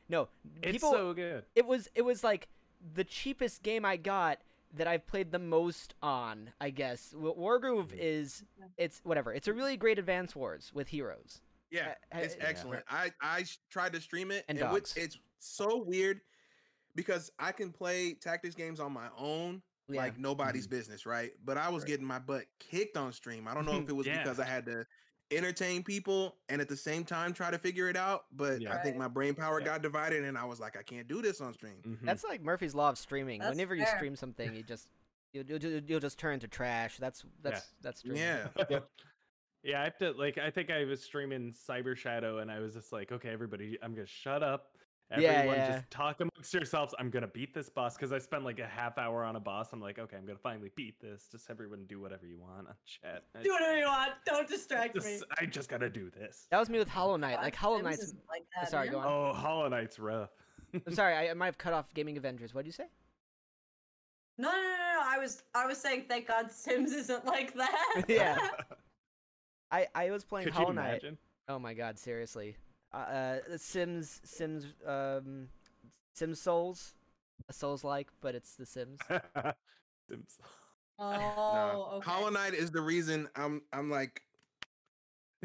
A: no
D: It's
A: people.
D: so good.
A: It was it was like the cheapest game I got that I've played the most on. I guess Wa- Wargroove
D: Mhm.
A: is it's whatever. It's a really great Advance Wars with heroes. Uh,
C: Yeah,
A: Ha- ha-
C: it's
A: yeah.
C: excellent. I I s- tried to stream it,
A: And
C: and, what-
A: dogs.
C: it's so weird because I can play tactics games on my own,
A: Yeah. Hmm.
C: like nobody's business, right? But I was
A: Right.
C: getting my butt kicked on stream. I don't know if it was
D: Yeah.
C: because I had to entertain people and at the same time try to figure it out, but
D: Yeah.
C: I think
B: Right.
C: my brain power
D: Yeah.
C: got divided, and I was like, I can't do this on stream.
D: Mhm.
A: That's like Murphy's law of streaming.
B: That's
A: Whenever you
B: fair.
A: stream something, you just you'll, you'll, ju- you'll just turn to trash. That's that's that's streaming.
C: Yeah,
D: Yeah, I have to like I think I was streaming Cyber Shadow and I was just like, okay, everybody, I'm gonna shut up.
A: Yeah,
D: Everyone
A: yeah.
D: just talk amongst yourselves. I'm gonna beat this boss because I spent like a half hour on a boss. I'm like, okay, I'm gonna finally beat this. Just everyone do whatever you want on chat. I
B: Do whatever you want. Don't
D: just-
B: distract me.
D: I just gotta do this.
A: That was me with Hollow Knight.
B: God,
A: Like Hollow
B: Sims
A: Knight's.
B: isn't like that,
A: sorry,
B: man.
A: go on.
D: Oh, Hollow Knight's rough.
A: I'm sorry, I, I might have cut off Gaming Avengers. What did you say?
B: No, no, no, no, no. I was, I was saying, thank God Sims isn't like that.
A: <laughs> Yeah. I I was playing
D: Could you
A: Hollow Knight.
D: imagine?
A: Oh my god, seriously. Uh, uh the Sims Sims um Sims Souls, a Souls like, but it's the Sims.
D: <laughs> Sims.
B: <laughs> oh,
C: nah.
B: okay.
C: Hollow Knight is the reason I'm I'm like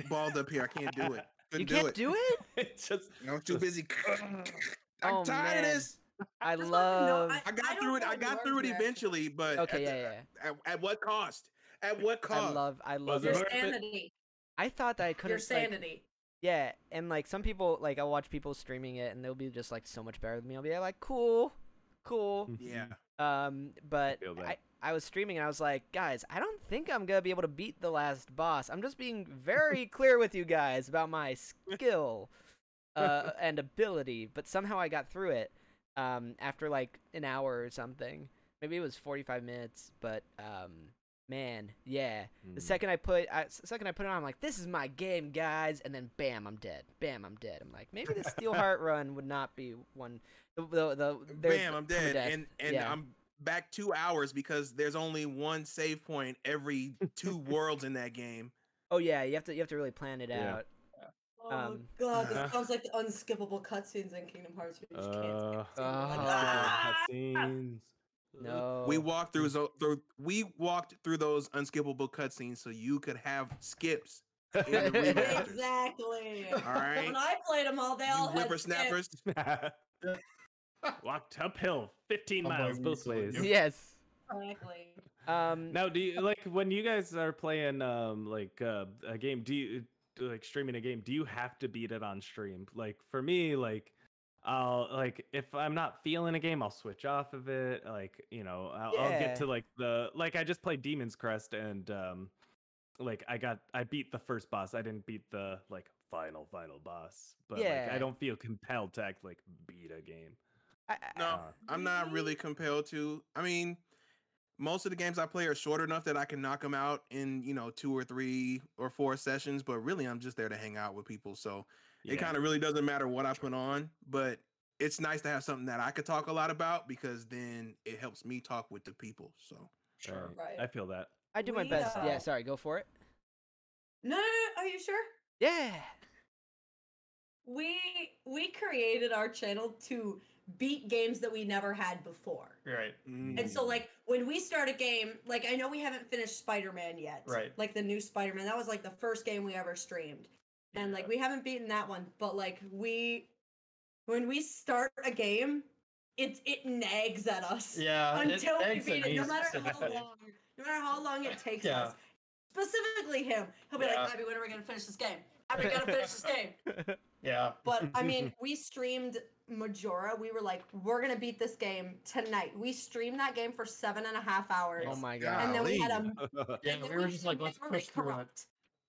C: balled up here. I can't do
D: <laughs>
C: it.
A: you
C: Couldn't
A: can't do
B: <laughs>
A: it?
D: It's just
C: I was too
D: Just-
C: busy. <laughs> I'm
A: Oh,
C: tired
A: man.
C: of this.
A: I
B: That's what I know,
A: love
B: I-
C: I got
B: don't
C: through it.
B: know
C: I got
B: your
C: through it
B: direction.
C: eventually, but
A: Okay,
C: at,
A: yeah,
C: the-
A: yeah. yeah.
C: At, at what cost? At what
A: I
C: cost?
A: love I love
D: it
A: it.
B: Your
D: worth it?
B: sanity.
A: I thought that I couldn't
B: Your
A: like,
B: sanity.
A: Yeah, and like some people, like I'll watch people streaming it, and they'll be just like so much better than me. I'll be like, cool, cool.
C: yeah,
A: Um, but
D: feel that.
A: I, I was streaming, and I was like, guys, I don't think I'm gonna be able to beat the last boss. I'm just being
C: <laughs>
A: very clear with you guys about my skill, uh, and ability. But somehow I got through it. Um, after like an hour or something, maybe it was 45 minutes, but um, man, yeah.
D: Hmm.
A: The
C: Hmm.
A: second I put, I, s- second I put it on, I'm like, "This is my game, guys!" And then, bam, I'm dead. Bam, I'm dead. I'm like, maybe the
C: <laughs>
A: Steel Heart run would not be one. The the, the there-
C: bam, I'm dead, and and
A: Yeah.
C: I'm back two hours because there's only one save point every two
A: <laughs>
C: worlds in that game.
A: oh yeah, you have to you have to really plan it
D: Yeah.
A: out.
B: Oh
A: Um,
B: God,
D: Uh.
A: <laughs>
B: this sounds like the unskippable cutscenes in Kingdom Hearts. Where you just can't skip
D: Uh,
B: a single one.
A: Oh.
B: Ah!
D: <laughs> cutscenes. <laughs>
A: No,
C: We walked through zo- through we walked through those unskippable cutscenes so you could have skips. in
A: <laughs>
C: the remaster.
B: Exactly.
C: All right,
B: When I played them all, they
C: you
B: all had skips.
C: whippersnappers.
D: <laughs> Walked uphill 15
E: Oh my
D: miles both ways.
E: goodness.
A: <laughs>
E: Yep.
A: yes.
B: Exactly.
A: Um,
D: Now, do you like when you guys are playing um like uh, a game? Do you do, like streaming a game? Do you have to beat it on stream? Like for me, like I'll like if I'm not feeling a game, I'll switch off of it. Like you know, I'll, I'll
A: Yeah.
D: get to like the like I just played Demon's Crest and um like I got I beat the first boss. I didn't beat the like final final boss, but like
A: Yeah.
D: I don't feel compelled to act like beat a game.
A: I, I-
C: No,
D: Uh,
C: I'm not really compelled to. I mean, most of the games I play are short enough that I can knock them out in, you know, two or three or four sessions, but really I'm just there to hang out with people. So
D: yeah.
C: it kind of really doesn't matter what I put on, but it's nice to have something that I could talk a lot about because then it helps me talk with the people. So
E: Sure.
D: I feel that.
A: I do my
B: we,
A: best. Yeah,
B: uh,
A: sorry, go for it.
B: No, no, no, are you sure?
A: Yeah,
B: We we created our channel to beat games that we never had before.
E: You're right.
B: And so
C: mm,
B: like when we start a game, like I know we haven't finished Spider-Man yet.
E: Right.
B: Like the new Spider-Man. That was like the first game we ever streamed. And like we haven't beaten that one, but like we when we start a game, it it nags at us.
E: Yeah. it
B: Until we
E: eggs at
B: beat it,
E: me
B: no matter how
E: specifically.
B: long. No matter how long it takes
E: Yeah.
B: us. Specifically him. He'll be
E: Yeah.
B: like, Abby, when are we gonna finish this game? Abby, we gotta finish
E: <laughs>
B: this game.
E: Yeah.
B: But
A: <laughs>
B: I mean, we streamed Majora. We were like, we're gonna beat this game tonight. We streamed that game for seven and a half hours.
A: oh
E: Yes.
A: my
C: Yeah.
A: god.
B: and then we had a
E: Yeah.
B: and then
E: We were just like,
B: and then
E: let's
B: we were
E: push through it.
B: corrupt.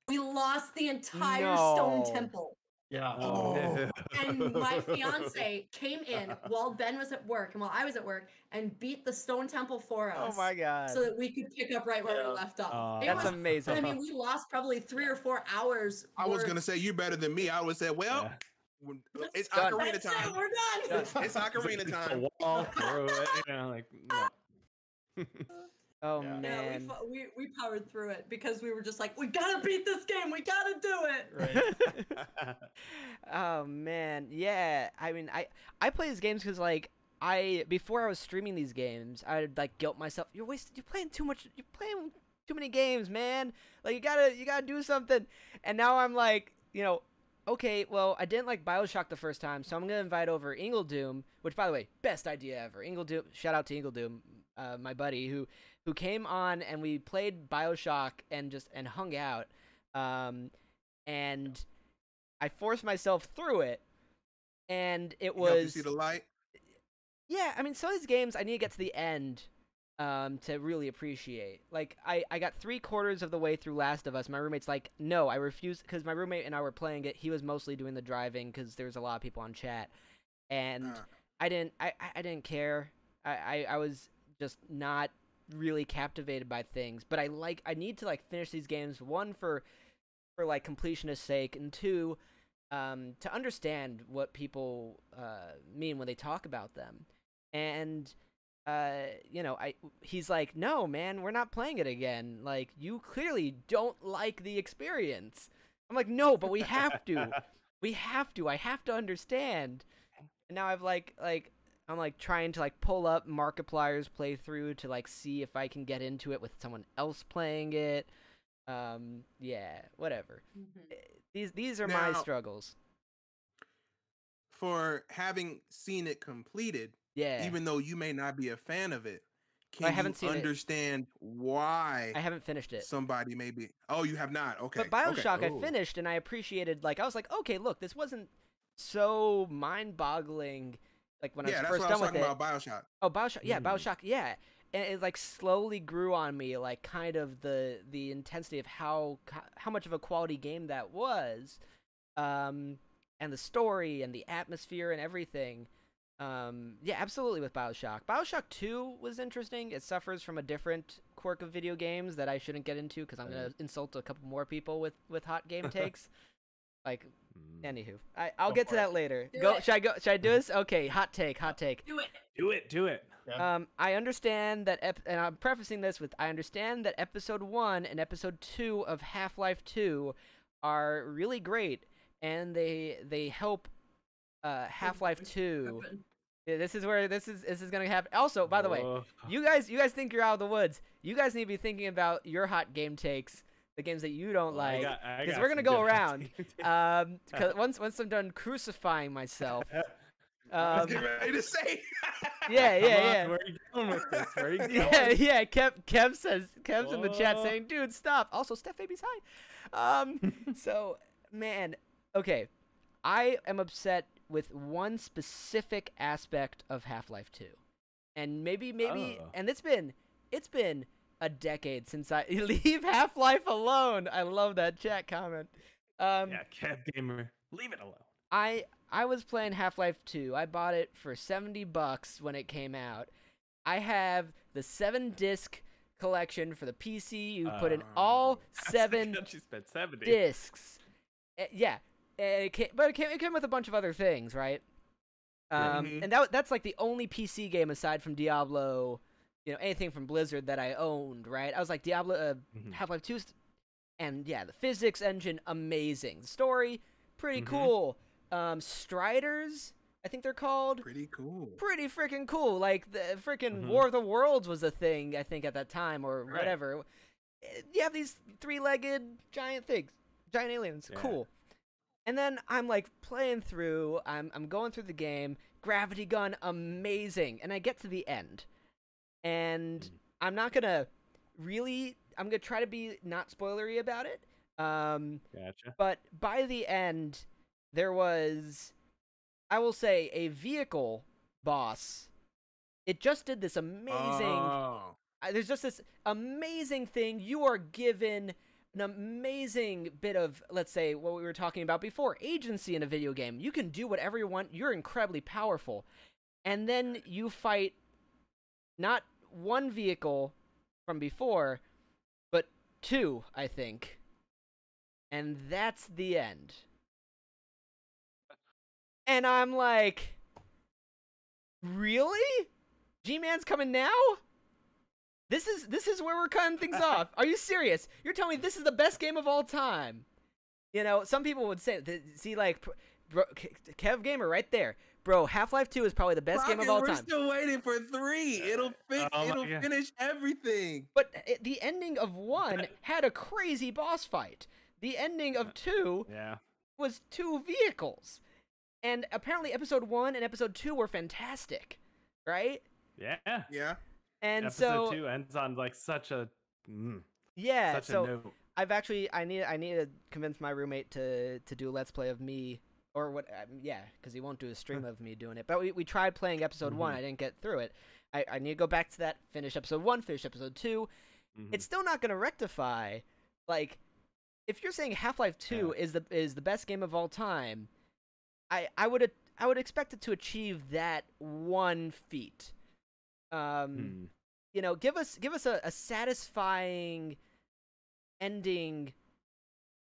B: We lost the entire stone
A: No.
B: temple.
E: Yeah. <laughs>
D: <laughs>
C: Oh.
B: And
A: <laughs>
B: my fiance came in while Ben was at work and while I was at work and beat the stone temple for us.
A: Oh my god.
B: So that we could pick up right where
E: Yeah.
B: we left off.
D: Aw.
B: it
A: That's
B: was,
A: amazing.
B: I mean, we lost probably three or four hours.
C: I was
B: worth-
C: gonna say you better than me. I would say, well,
D: Yeah.
C: w- it's
A: Done.
C: ocarina
B: That's it,
C: time.
B: We're done.
C: <laughs> It's ocarina time.
D: The wall, throw it, you know, like no.
A: oh
E: Yeah.
B: Yeah, we,
A: man.
B: fo- we we powered through it because we were just like, we gotta beat this game, we gotta do it.
E: Right.
A: <laughs> oh man, yeah. I mean, I I play these games because like I before I was streaming these games, I'd like guilt myself. You're wasted. You're playing too much. You're playing too many games, man. Like you gotta you gotta do something. And now I'm like, you know, okay, well, I didn't like Bioshock the first time, so I'm gonna invite over Ingledoom, which, by the way, best idea ever. Ingledoom, shout out to Ingledoom, uh, my buddy who who came on and we played Bioshock and just and hung out, um, and I forced myself through it, and it
C: Help you
A: was
C: see the light.
A: yeah, I mean, some of these games I need to get to the end um, to really appreciate. Like, I, I got three quarters of the way through Last of Us. My roommate's like, no, I refuse, because my roommate and I were playing it. He was mostly doing the driving because there was a lot of people on chat, and
C: Ah.
A: I didn't, I, I- I didn't care. I, I, I was just not really captivated by things. But I like, I need to like finish these games. One for, for like completionist sake, and two, um, to understand what people uh, mean when they talk about them. And uh, you know, I he's like, no, man, we're not playing it again. Like, you clearly don't like the experience. I'm like, no, but we have
D: Mm. <laughs>
A: to. we have to. I have to understand. And now I've like, like, I'm like trying to like pull up Markiplier's playthrough to like see if I can get into it with someone else playing it. Um, yeah, whatever.
B: Mhm.
A: These these are my
C: Now-
A: struggles.
C: For having seen it completed,
A: Yeah.
C: even though you may not be a fan of it, can
A: haven't
C: you
A: seen it.
C: understand why
A: I haven't finished it.
C: somebody may be? Oh, you have not. Okay.
A: But Bioshock, I
D: Ooh.
A: finished and I appreciated. Like I was like, okay, look, this wasn't so mind-boggling. Like when
C: Okay. Yeah,
A: I was first
C: that's what I was
A: done with
C: talking
A: it.
C: about. Bioshock.
A: Oh, Bioshock, yeah,
D: Mm.
A: Bioshock, yeah. And it like slowly grew on me, like kind of the the intensity of how co- how much of a quality game that was, um, and the story and the atmosphere and everything. Um, yeah, absolutely with Bioshock. Bioshock Two was interesting. It suffers from a different quirk of video games that I shouldn't get into because I'm gonna insult a couple more people with with hot game takes. like,
D: Mm.
A: anywho, I I'll
E: Go
A: get to
E: for it.
A: that later.
B: Do
A: go,
B: it.
A: should I go? Should I do this? Okay, hot take, hot take.
B: Do it.
D: Do it, do it.
E: Yeah.
A: Um, I understand that, ep- and I'm prefacing this with I understand that episode one and episode two of Half Life Two are really great, and they they help uh, Half Life Two.
B: Open.
A: Yeah, This is where this is this is gonna happen. Also, Oh, by the way,
D: Whoa.
A: you guys you guys think you're out of the woods. You guys need to be thinking about your hot game takes, the games that you don't
D: Well, Oh, I
A: like.
D: got- I
A: 'cause
D: got
A: we're gonna
D: some
A: go
D: good
A: around.
D: <laughs>
A: <laughs>
D: ideas.
A: Um, 'cause once once I'm done crucifying
D: <laughs>
A: myself.
C: I
A: Um,
C: was getting <laughs> ready to say.
A: yeah, yeah,
D: Come on,
A: yeah.
D: Where are you going with this? Where are you going?
A: <laughs> Yeah, yeah. Kev, Kev says Kev's in the chat
D: Whoa.
A: saying, "Dude, stop." Also, Steph Baby's high. Um, so man, okay, I am upset with one specific aspect of Half Life Two, and maybe, maybe,
D: Oh.
A: and it's been, it's been a decade since I <laughs> leave Half Life alone. I love that chat comment. Um,
D: Yeah, Cab Gamer. Leave it alone. <laughs>
A: I I was playing Half Life 2. I bought it for 70 bucks when it came out. I have the seven disc collection for the PC. You put in all
C: Oh.
A: seven
D: she spent 70.
A: discs. Eh, yeah, Eh, it came, but it came, it came with a bunch of other things, right?
D: Yeah.
A: Um,
C: Mhm.
A: And that that's like the only PC game aside from Diablo, you know, anything from Blizzard that I owned, right? I was like Diablo, uh,
D: Mhm.
A: Half Life 2, 's- and yeah, the physics engine amazing. The story pretty
D: Mhm.
A: cool. Um, Striders, I think they're called
C: Pretty cool.
A: pretty freaking cool. Like the freaking
D: Mhm.
A: War of the Worlds was a thing I think at that time or
D: Right.
A: whatever. Eh, You have these three-legged giant things, giant aliens.
D: Yeah.
A: Cool. And then I'm like playing through. I'm I'm going through the game. Gravity Gun, amazing. And I get to the end, and
D: Mhm.
A: I'm not gonna really. I'm gonna try to be not spoilery about it. Um,
D: Gotcha.
A: but by the end, there was, I will say, a vehicle boss. It just did this amazing.
C: Oh.
A: I- there's just this amazing thing. You are given an amazing bit of, let's say, what we were talking about before agency in a video game. You can do whatever you want, you're incredibly powerful. And then you fight not one vehicle from before, but two, I think. And that's the end. And I'm like, really? G Man's coming now? This is this is where we're cutting things off. Are you serious? You're telling me this is the best game of all time? You know, some people would say, th- see, like, pr- bro, K- Kev Gamer right there, bro. Half Life Two is probably the best game of
C: Rocket,
A: all
C: we're
A: time.
C: still waiting for three. It'll fix.
D: Oh my
C: it'll
D: God.
C: finish everything.
A: But i- the ending of one had a crazy boss fight. The ending of two
D: Yeah.
A: was two vehicles. And apparently episode 1 and episode 2 were fantastic, right?
D: Yeah.
C: Yeah.
A: And
D: Episode
A: so
D: two ends on like such a mm,
A: yeah,
D: such
A: so
D: a note.
A: I've actually I need I need to convince my roommate to to do a let's play of me or what um, yeah because he won't do a
D: <laughs>
A: stream of me doing it. But we, we tried playing episode one.
D: Mhm.
A: I didn't get through it. I, I need to go back to that. Finish episode one. Finish episode 2
D: Mhm.
A: It's still not gonna rectify. Like if you're saying Half Life Two is the is the best game of all time, I I would a- I would expect it to achieve that one feat. Um
D: Hmm.
A: you know, give us give us a, a satisfying ending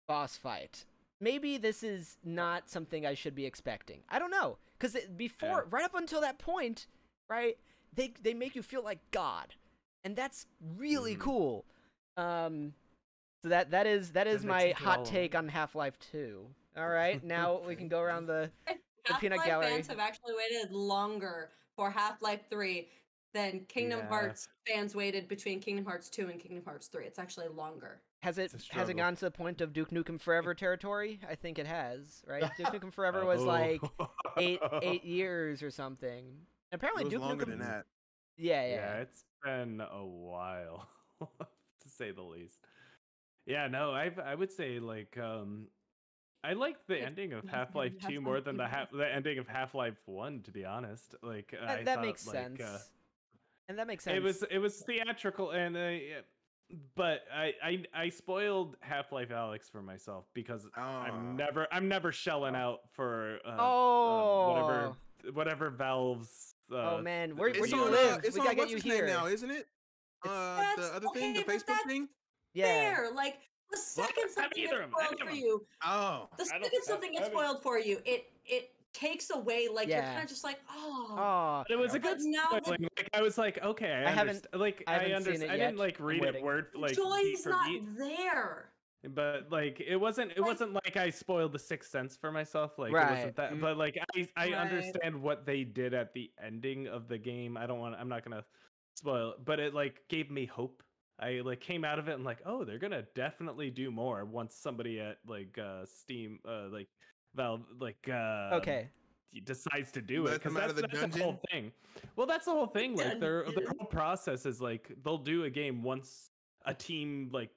A: boss fight. Maybe this is not something I should be expecting. I don't know, because before, right up until that point, right, they they make you feel like God, and that's really
D: Mhm.
A: cool. Um, so that that is that is
D: That
A: my
D: makes it feel all
A: hot
D: over.
A: take on Half Life Two.
D: <laughs>
A: All right, now we can go around the The peanut
B: Half-Life
A: gallery.
B: fans have actually waited longer for Half-Life 3 than Kingdom
D: Yeah.
B: Hearts fans waited between Kingdom Hearts 2 and Kingdom Hearts 3. It's actually longer.
A: Has it
D: It's a
A: has it
D: struggle.
A: gone to the point of Duke Nukem Forever territory? I think it has, right?
D: <laughs>
A: Duke Nukem Forever
D: Uh,
A: was
D: oh.
A: like
D: <laughs>
A: eight eight years or something. Apparently,
C: It was
A: Duke
C: longer
A: Nukem.
C: than that.
A: Yeah, yeah.
D: yeah, it's been a while <laughs> to say the least. Yeah, no, I I would say like um I like the
B: It's
D: ending of
B: not gonna be
D: Half-Life 2 more
B: Half-Life
D: than the
B: 2.
D: ha- the ending of Half-Life 1 to be honest. Like
A: That,
D: I
A: that
D: thought,
A: makes
D: like,
A: sense.
D: uh,
A: and that makes sense.
D: It was uh, it was theatrical and uh, yeah, but I, I I spoiled Half-Life Alex for myself because
C: Oh.
D: I'm never I'm never shelling out for uh, uh,
A: oh,
D: whatever whatever Valve's uh,
A: oh man, where
D: it's
A: where do you
D: on, uh,
A: live?
C: it's
A: we
C: on
A: gotta get
C: what's
A: you
C: his name
A: here.
C: now, isn't it? Uh,
B: That's
C: the other thing, the
B: okay, but
C: Facebook
B: that's
C: thing.
A: yeah,
B: Fair. Like the second
D: have
B: something gets
D: either of 'em, any
B: spoiled for
D: of 'em.
B: you,
C: Oh,
B: the
D: I don't
B: second
D: have
B: something gets
D: any.
B: spoiled for you, it it takes away like you're
A: Yeah.
B: kind of just like, "Oh,
A: oh,
D: But it was a
B: But
D: good
B: now that-
D: spoiling. Like I was like, okay, I,
A: I haven't-
D: haven't like
A: I
D: I,
A: haven't seen
D: understand.
A: it
D: I
A: yet.
D: didn't like
A: I'm
D: read
A: waiting.
D: it word like beat
B: joy's
D: for
B: not
D: beat,
B: there."
D: but like it wasn't. It
B: Like-
D: wasn't like I spoiled the sixth sense for myself. Like it
A: Right.
D: wasn't that.
C: Mm.
D: But like I I
B: Mm-hmm. Right.
D: understand what they did at the ending of the game. I don't want. I'm not gonna spoil. it, But it like gave me hope. I like came out of it and like, oh, they're gonna definitely do more once somebody at like uh Steam uh like Valve like uh
A: okay.
D: he decides to do
C: Let
D: it because
C: them out
D: that's,
C: of the
D: that's the whole thing. Well, that's the whole thing. Like their their
B: Dungeon.
D: whole process is like they'll do a game once a team like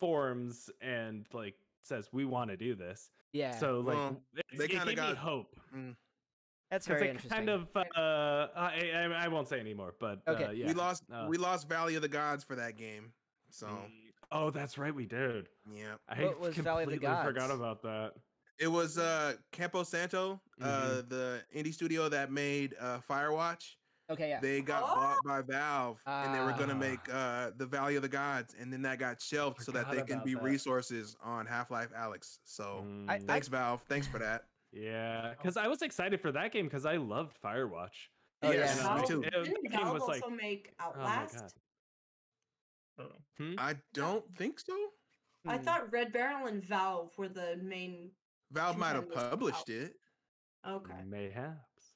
D: forms and like says we want to do this.
A: Yeah,
D: So like
C: Well,
D: it's-
C: they
D: it
C: kinda
D: gave me
C: got-
D: hope
A: that's
D: because
A: very
D: it
A: interesting.
D: kind of uh, I, I I won't say anymore, but
A: Okay.
D: uh, yeah,
C: we lost.
D: uh,
C: we lost Valley of the Gods for that game. So
D: we- Oh, that's right, we did.
C: yeah,
D: I
A: What was Valley of the
D: completely forgot
A: Gods?
D: about that.
C: it was uh Campo Santo, uh, the indie studio that made uh, Firewatch.
A: okay, yeah.
C: They got
B: Oh.
C: bought by Valve, and they were gonna
D: Ah.
C: make uh, the Valley of the Gods, and then that got shelved so that
D: Forgot
C: they can
D: about
C: be
D: that.
C: resources on Half Life Alex. So
A: I-
D: Mm.
C: thanks, Valve. Thanks for that.
D: yeah, because I was excited for that game because I loved Firewatch.
A: Oh,
C: yes,
D: yeah.
C: me
D: How-
C: too.
D: it-
B: Didn't
D: the game
B: Valve
D: was, like-
B: also make
D: my
B: Outlast?
D: God.
E: So,
C: I don't think so.
B: I
A: Hmm.
B: thought Red Barrel and Valve were the main.
C: Valve might have
B: Contenders for
C: published
B: Valve.
C: it.
B: Okay. Am
D: Mayhaps.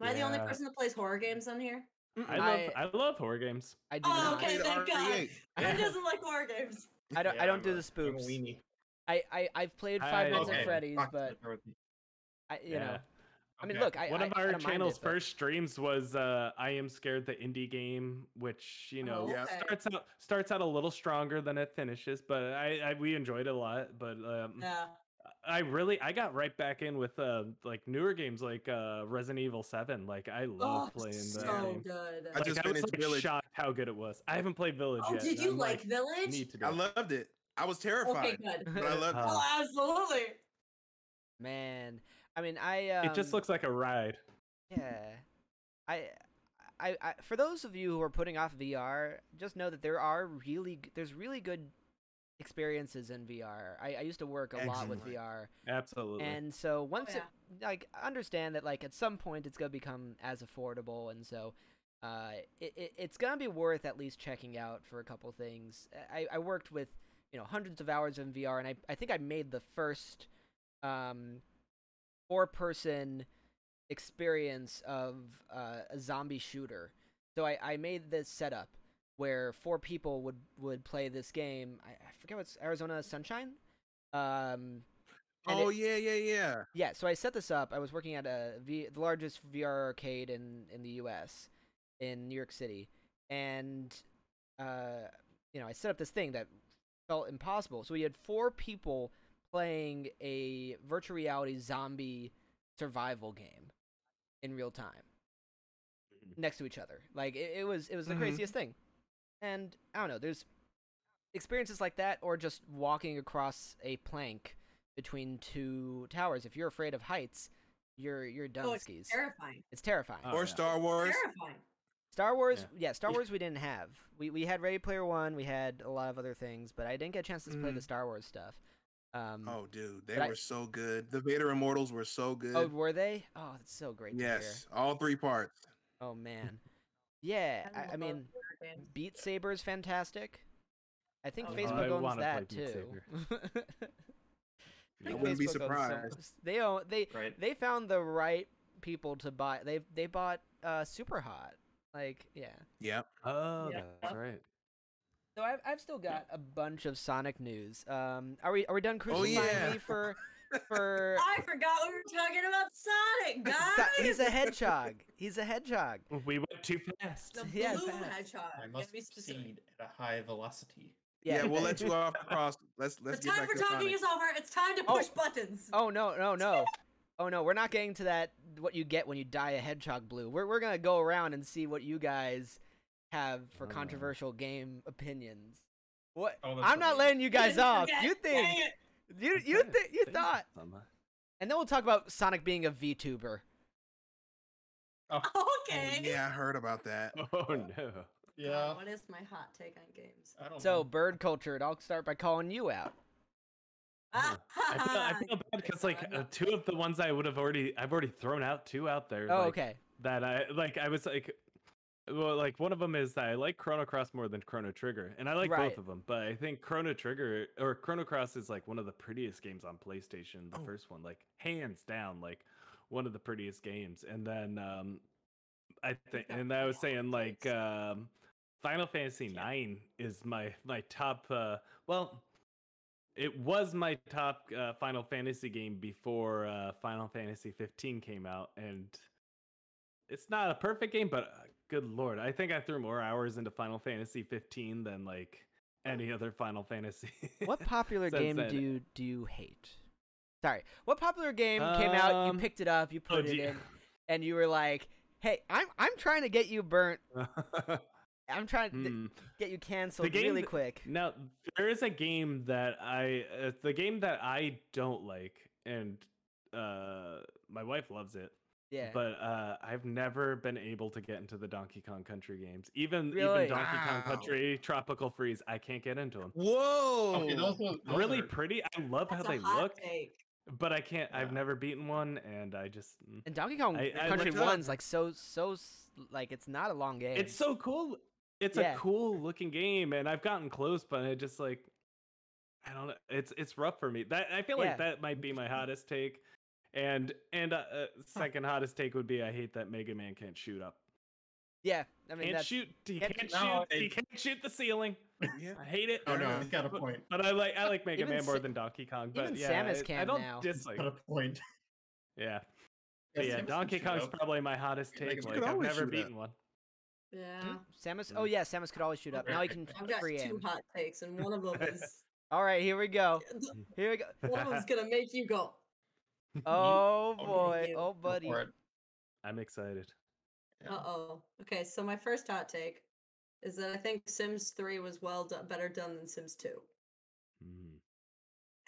B: I the only
D: Yeah.
B: person that plays horror games on here?
D: I
A: I-
D: love I love horror games.
A: I do
B: Oh,
A: not. <laughs>
B: okay,
C: Rated
B: thank God.
C: R38.
B: Who doesn't like horror games?
A: I don't.
E: yeah,
A: I
E: I'm
A: don't do
E: a-
A: the
E: I'm a
A: spoops.
E: weenie.
A: I I I've played Five
D: I-
A: Nights at
E: Okay.
A: Freddy's,
C: Fuck.
A: but I you know. I mean,
E: Okay.
A: look, I
D: one
A: I,
D: of
A: I
D: our
A: don't mind it,
D: channel's
A: but-
D: first streams was uh, "I Am Scared," the indie game, which you know
C: yeah.
B: Oh, okay.
D: starts out starts out a little stronger than it finishes, but I, I we enjoyed it a lot. But um,
B: Yeah.
D: I really I got right back in with uh, like newer games like uh, Resident Evil Seven. Like I love
B: Oh,
D: playing that
B: so
D: game.
B: good.
C: I
D: Like,
C: just
D: I was
C: finished
D: like,
C: Village.
D: shocked how good it was. I haven't played Village
B: oh,
D: yet.
B: did
D: and
B: you
D: I'm
B: like Village?
D: Need to do
C: I
D: it."
C: loved it. I was
B: okay,
C: terrified,
B: good.
C: <laughs> but I loved
D: Uh,
B: Oh, absolutely.
A: Man, I mean, I. Um,
D: it just looks like a ride.
A: Yeah, I, I, I. For those of you who are putting off VR, just know that there are really, g- there's really good experiences in VR. I, I used to work a lot with
C: Excellent.
A: VR,
D: Absolutely.
A: and so once
B: yeah.
A: it, like, understand that like at some point it's gonna become as affordable, and so. Uh, it, it, it's gonna be worth at least checking out for a couple things. I, I worked with you know hundreds of hours in VR, and I, I think I made the first um, four person experience of uh, a zombie shooter. So I, I made this setup where four people would would play this game. I, I forget what's Arizona Sunshine. Um, And
C: oh
A: it-
C: yeah, yeah, yeah.
A: Yeah, so I set this up. I was working at a v- the largest VR arcade in in the U.S. in New York City, and uh, you know I set up this thing that felt impossible. So we had four people playing a virtual reality zombie survival game in real time
D: Mhm.
A: next to each other. Like it, it was it was the
E: Mhm.
A: craziest thing. And I don't know, there's experiences like that or just walking across a plank between two towers. If you're afraid of heights, you're you're done
B: Oh,
A: with
B: it's
A: skis.
B: terrifying.
A: it's terrifying.
D: Oh,
C: or
D: yeah.
C: Star Wars.
B: Terrifying.
A: Star Wars, yeah, Star
D: Yeah.
A: Wars we didn't have. We we had Ready Player One, we had a lot of other things, but I didn't get a chance to play the
E: Mhm.
A: Star Wars stuff. Um
C: Oh, dude, they
A: But I-
C: were so good. The Vader Immortals were so good.
A: oh, were they? Oh, that's so great to hear.
C: yes, all three parts.
A: Oh man. Yeah,
B: I
A: I, I
B: love
A: mean
B: video games.
A: Beat Saber is fantastic. I think
B: Oh, yeah.
A: Facebook
D: I
A: owns
D: wanna
A: that
D: play Beat
A: too.
D: I
A: <laughs> think
C: wouldn't be
A: Facebook owns so-
C: surprised.
A: they own they
E: Right.
A: they found the right people to buy. They they bought uh super hot. Like yeah.
C: Yep.
D: <laughs> Oh,
E: Yeah.
D: that's right.
A: So I've I've still got a bunch of Sonic news. Um, are we are we done crucifying
C: Oh, yeah.
A: me for
B: <laughs>
A: for?
B: I forgot we were talking about Sonic,
A: So-
B: guys.
A: <laughs> he's a hedgehog. He's a hedgehog.
D: We went too fast.
B: the
A: yeah,
B: blue
A: fast.
B: hedgehog.
E: I
B: to
E: must
B: be specific.
E: proceed at a high velocity.
C: Yeah, we'll
A: okay.
C: let
B: <laughs>
C: you off the cross. Let's let's
B: the
C: get
B: time
C: back
B: for
C: to
B: talking
C: Sonic.
B: is over. It's time to
A: Oh.
B: push buttons.
A: Oh no no no. Oh no, we're not getting to that. What you get when you dye a hedgehog blue. We're we're gonna go around and see what you guys have for
D: Oh.
A: controversial game opinions. What?
E: Oh, that's
A: I'm not
E: amazing.
A: letting you guys
B: Didn't
A: off.
B: forget. <laughs> Oh,
A: You think?
B: Dang it.
A: You you
D: Okay,
A: think you
D: thanks,
A: thought?
D: Summer.
A: And then we'll talk about Sonic being a VTuber.
C: Oh,
B: Okay.
C: yeah, I heard about that.
D: <laughs> Oh no.
E: Yeah.
B: What is my hot take on games?
D: Oh,
E: I don't
A: So
E: know.
A: bird culture, and I'll start by calling you out.
D: Huh. I
A: <laughs>
B: <laughs>
D: feel, I feel bad
B: Okay,
D: because
B: so
D: like
B: I'm
D: uh,
B: not-
D: two of the ones I would have already I've already thrown out two out there.
A: Oh
D: like,
A: okay.
D: That I like I was like, well, like one of them is that I like Chrono Cross more than Chrono Trigger, and I like
A: Right.
D: both of them. But I think Chrono Trigger or Chrono Cross is like one of the prettiest games on PlayStation. The
C: Oh.
D: first one, like hands down, like one of the prettiest games. And then um, I think,
B: got
D: and I was
B: all
D: saying like
B: those.
D: um, Final Fantasy Nine is my my top. Uh, well, it was my top uh, Final Fantasy game before uh, Final Fantasy 15 came out, and it's not a perfect game, but uh, good lord, I think I threw more hours into Final Fantasy 15 than like any other Final Fantasy. <laughs>
A: What popular
D: Since
A: game
D: then-
A: do you do you hate? Sorry. What popular game came out? You
D: Um,
A: picked it up, you
D: Oh,
A: put it
D: do-
A: in, and you were like, "Hey, I'm I'm trying to get you burnt. I'm trying to
D: <laughs> Hmm.
A: get you canceled
D: game
A: really
D: that-
A: quick."
D: Now there is a game that I uh, the game that I don't like, and uh, my wife loves it.
A: Yeah.
D: But uh, I've never been able to get into the Donkey Kong Country games. Even
A: Really?
D: even Donkey Kong
C: Wow.
D: Country Tropical Freeze, I can't get into them.
C: Whoa!
E: Oh. Okay, those, those
D: Really
E: are-
D: pretty. I love
B: That's
D: how
B: a
D: they
B: hot
D: look,
B: take.
D: but I can't. I've
E: Yeah.
D: never beaten one, and I just mm.
A: and Donkey Kong
D: I- I
A: Country
C: looked up-
A: One's like so so s- like it's not a long game.
D: it's so cool. It's
A: Yeah.
D: a cool looking game, and I've gotten close, but I just like I don't know. It's it's rough for me. That I feel
A: Yeah.
D: like that might be my hottest take, and and uh, uh, second hottest take would be I hate that Mega Man can't shoot up.
A: yeah. I mean,
D: can't
A: that's,
D: shoot. He
A: can't
D: can't,
E: shoot- No,
D: shoot. he
E: it-
D: can't shoot the ceiling.
C: yeah.
D: I hate it.
E: Oh no,
C: Yeah.
E: he's got a
D: But-
E: point.
D: But I like I like Mega
A: Even
D: Man more
A: Sa-
D: than Donkey Kong. But
A: even
D: yeah,
A: Samus
D: I- I
A: can
D: don't
A: now.
E: He's
D: dislike.
E: <laughs> got a point.
D: Yeah, but yeah.
E: Samus can
D: Donkey
E: shoot
D: Kong's
E: up.
D: probably my hottest
E: Mega
D: take.
E: Man
D: Like
E: can
D: I've
C: always
D: never
C: shoot up.
D: beaten one. Hmm?
B: Yeah.
A: Samus. Oh yeah, Samus could always shoot up. Now he can
B: I've got
A: free
B: two
A: aim.
B: hot takes, and one of
D: <laughs>
B: them is uh,
A: All right, here we go. Here we go.
B: one of
D: <laughs>
B: them's gonna make you go.
A: Oh
E: Oh, no,
A: boy.
B: you.
A: Oh
E: Go
A: buddy.
E: for it.
D: I'm excited.
E: Yeah.
B: Uh oh. Okay, so my first hot take is that I think Sims 3 was well done, better done than Sims 2.
D: Mm.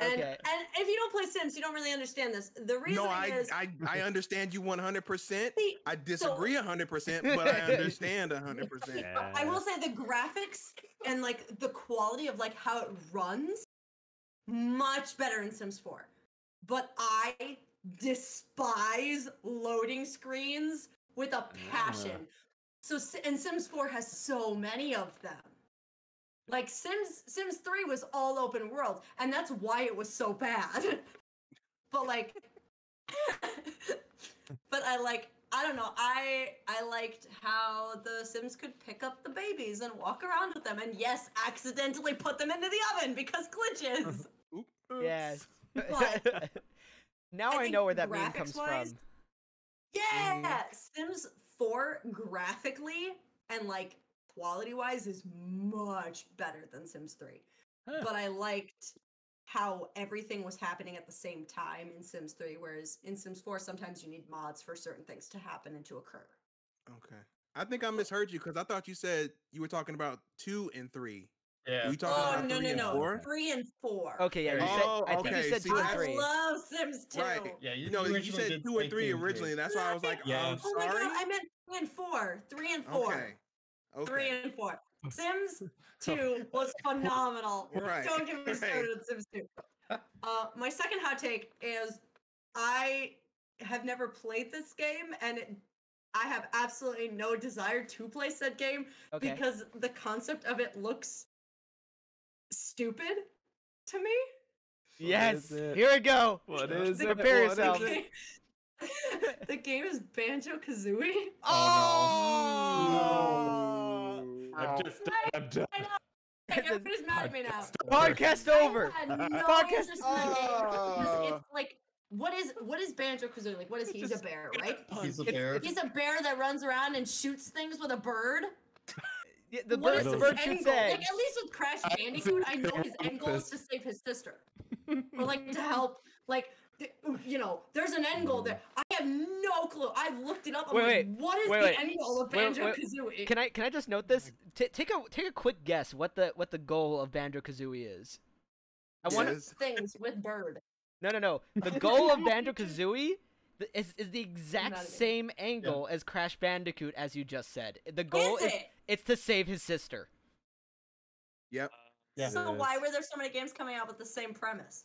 B: And,
A: Okay.
B: and if you don't play Sims, you don't really understand this. The reason
C: No, I,
B: is
C: I I understand you one hundred percent.
B: See, <laughs>
C: I disagree hundred percent, but I understand hundred percent.
D: Yeah.
B: I will say the graphics and like the quality of like how it runs much better in Sims 4. But I despise loading screens with a passion. So Si- and Sims 4 has so many of them. Like Sims Sims 3 was all open world and that's why it was so bad. <laughs> but like <laughs> but I like I don't know. I I liked how the Sims could pick up the babies and walk around with them and yes, accidentally put them into the oven because glitches.
A: <laughs> Yes.
B: <laughs> But
A: now
B: I
A: I,
B: think
A: know where that meme comes
B: graphics-wise,
A: from.
B: Yeah, Sims 4 graphically and like quality wise is much better than Sims 3.
D: Huh.
B: But I liked how everything was happening at the same time in Sims 3, whereas in Sims 4, sometimes you need mods for certain things to happen and to occur.
C: Okay. I think I misheard you because I thought you said you were talking about two and three.
E: Yeah.
C: Were you talking
B: Oh,
C: about
B: no,
C: three
B: no,
C: and
B: no.
C: four?
B: 3 and 4.
A: Okay, yeah, you said,
C: Oh,
A: I think
C: okay,
A: you said
C: see,
A: two and
B: I
A: three.
B: love Sims 2.
C: Right.
E: Yeah, you,
C: No, you
E: originally
C: said
E: did
C: two and three
E: 18 kids.
C: originally. That's why I was like,
E: Yeah.
C: I'm
B: Oh my
C: sorry.
B: god, I meant 3 and 4. 3 and 4.
C: Okay. Okay.
B: Three and four. Sims two was phenomenal.
C: Right,
B: Don't get me
C: right.
B: started on Sims two. Uh, my second hot take is I have never played this game, and it, I have absolutely no desire to play said game
A: Okay.
B: because the concept of it looks stupid to me.
A: Yes.
D: it?
A: Here we go.
D: What
B: The-
D: is it?
A: Prepare
D: What is
A: yourself.
D: it?
B: <laughs> game- the game is Banjo Kazooie.
A: Oh.
D: I'm just done. I'm done.
B: I know. Like, <laughs> everybody's mad at me now.
A: Podcast over.
B: I had no
A: Podcast
B: interest in the game because
A: Uh,
C: over.
B: it's like what is what is Banjo Kazooie like? What is he? He's a bear, right?
E: He's a
A: It's-
E: bear.
B: He's a bear that runs around and shoots things with a bird.
A: Yeah, the
B: What
A: bird,
B: is
A: the
B: his
A: bird
B: end
A: shoots
B: goal?
A: eggs.
B: Like at least with Crash
D: I was
B: Bandicoot, I know
D: thinking
B: his end goal is to save his sister,
A: <laughs>
B: or like to help. Like th- you know, there's an end goal there. I have no clue. I've looked it up. I'm
A: Hmm. Wait,
B: like,
A: wait,
B: what is
A: wait,
B: the
A: wait,
B: end goal of
A: wait, wait.
B: Banjo Kazooie?
A: Can I can I just note this? T- take a take a quick guess what the what the goal of Banjo Kazooie is. I want to
C: Yes.
B: things with bird.
A: no no no. The
D: <laughs>
A: goal of Banjo Kazooie is, is the exact
B: not even-
A: same angle as Crash Bandicoot as you just said. The goal
B: is
A: is
B: it?
A: it's to save his sister.
C: Yep.
E: Yeah.
B: So why were there so many games coming out with the same premise?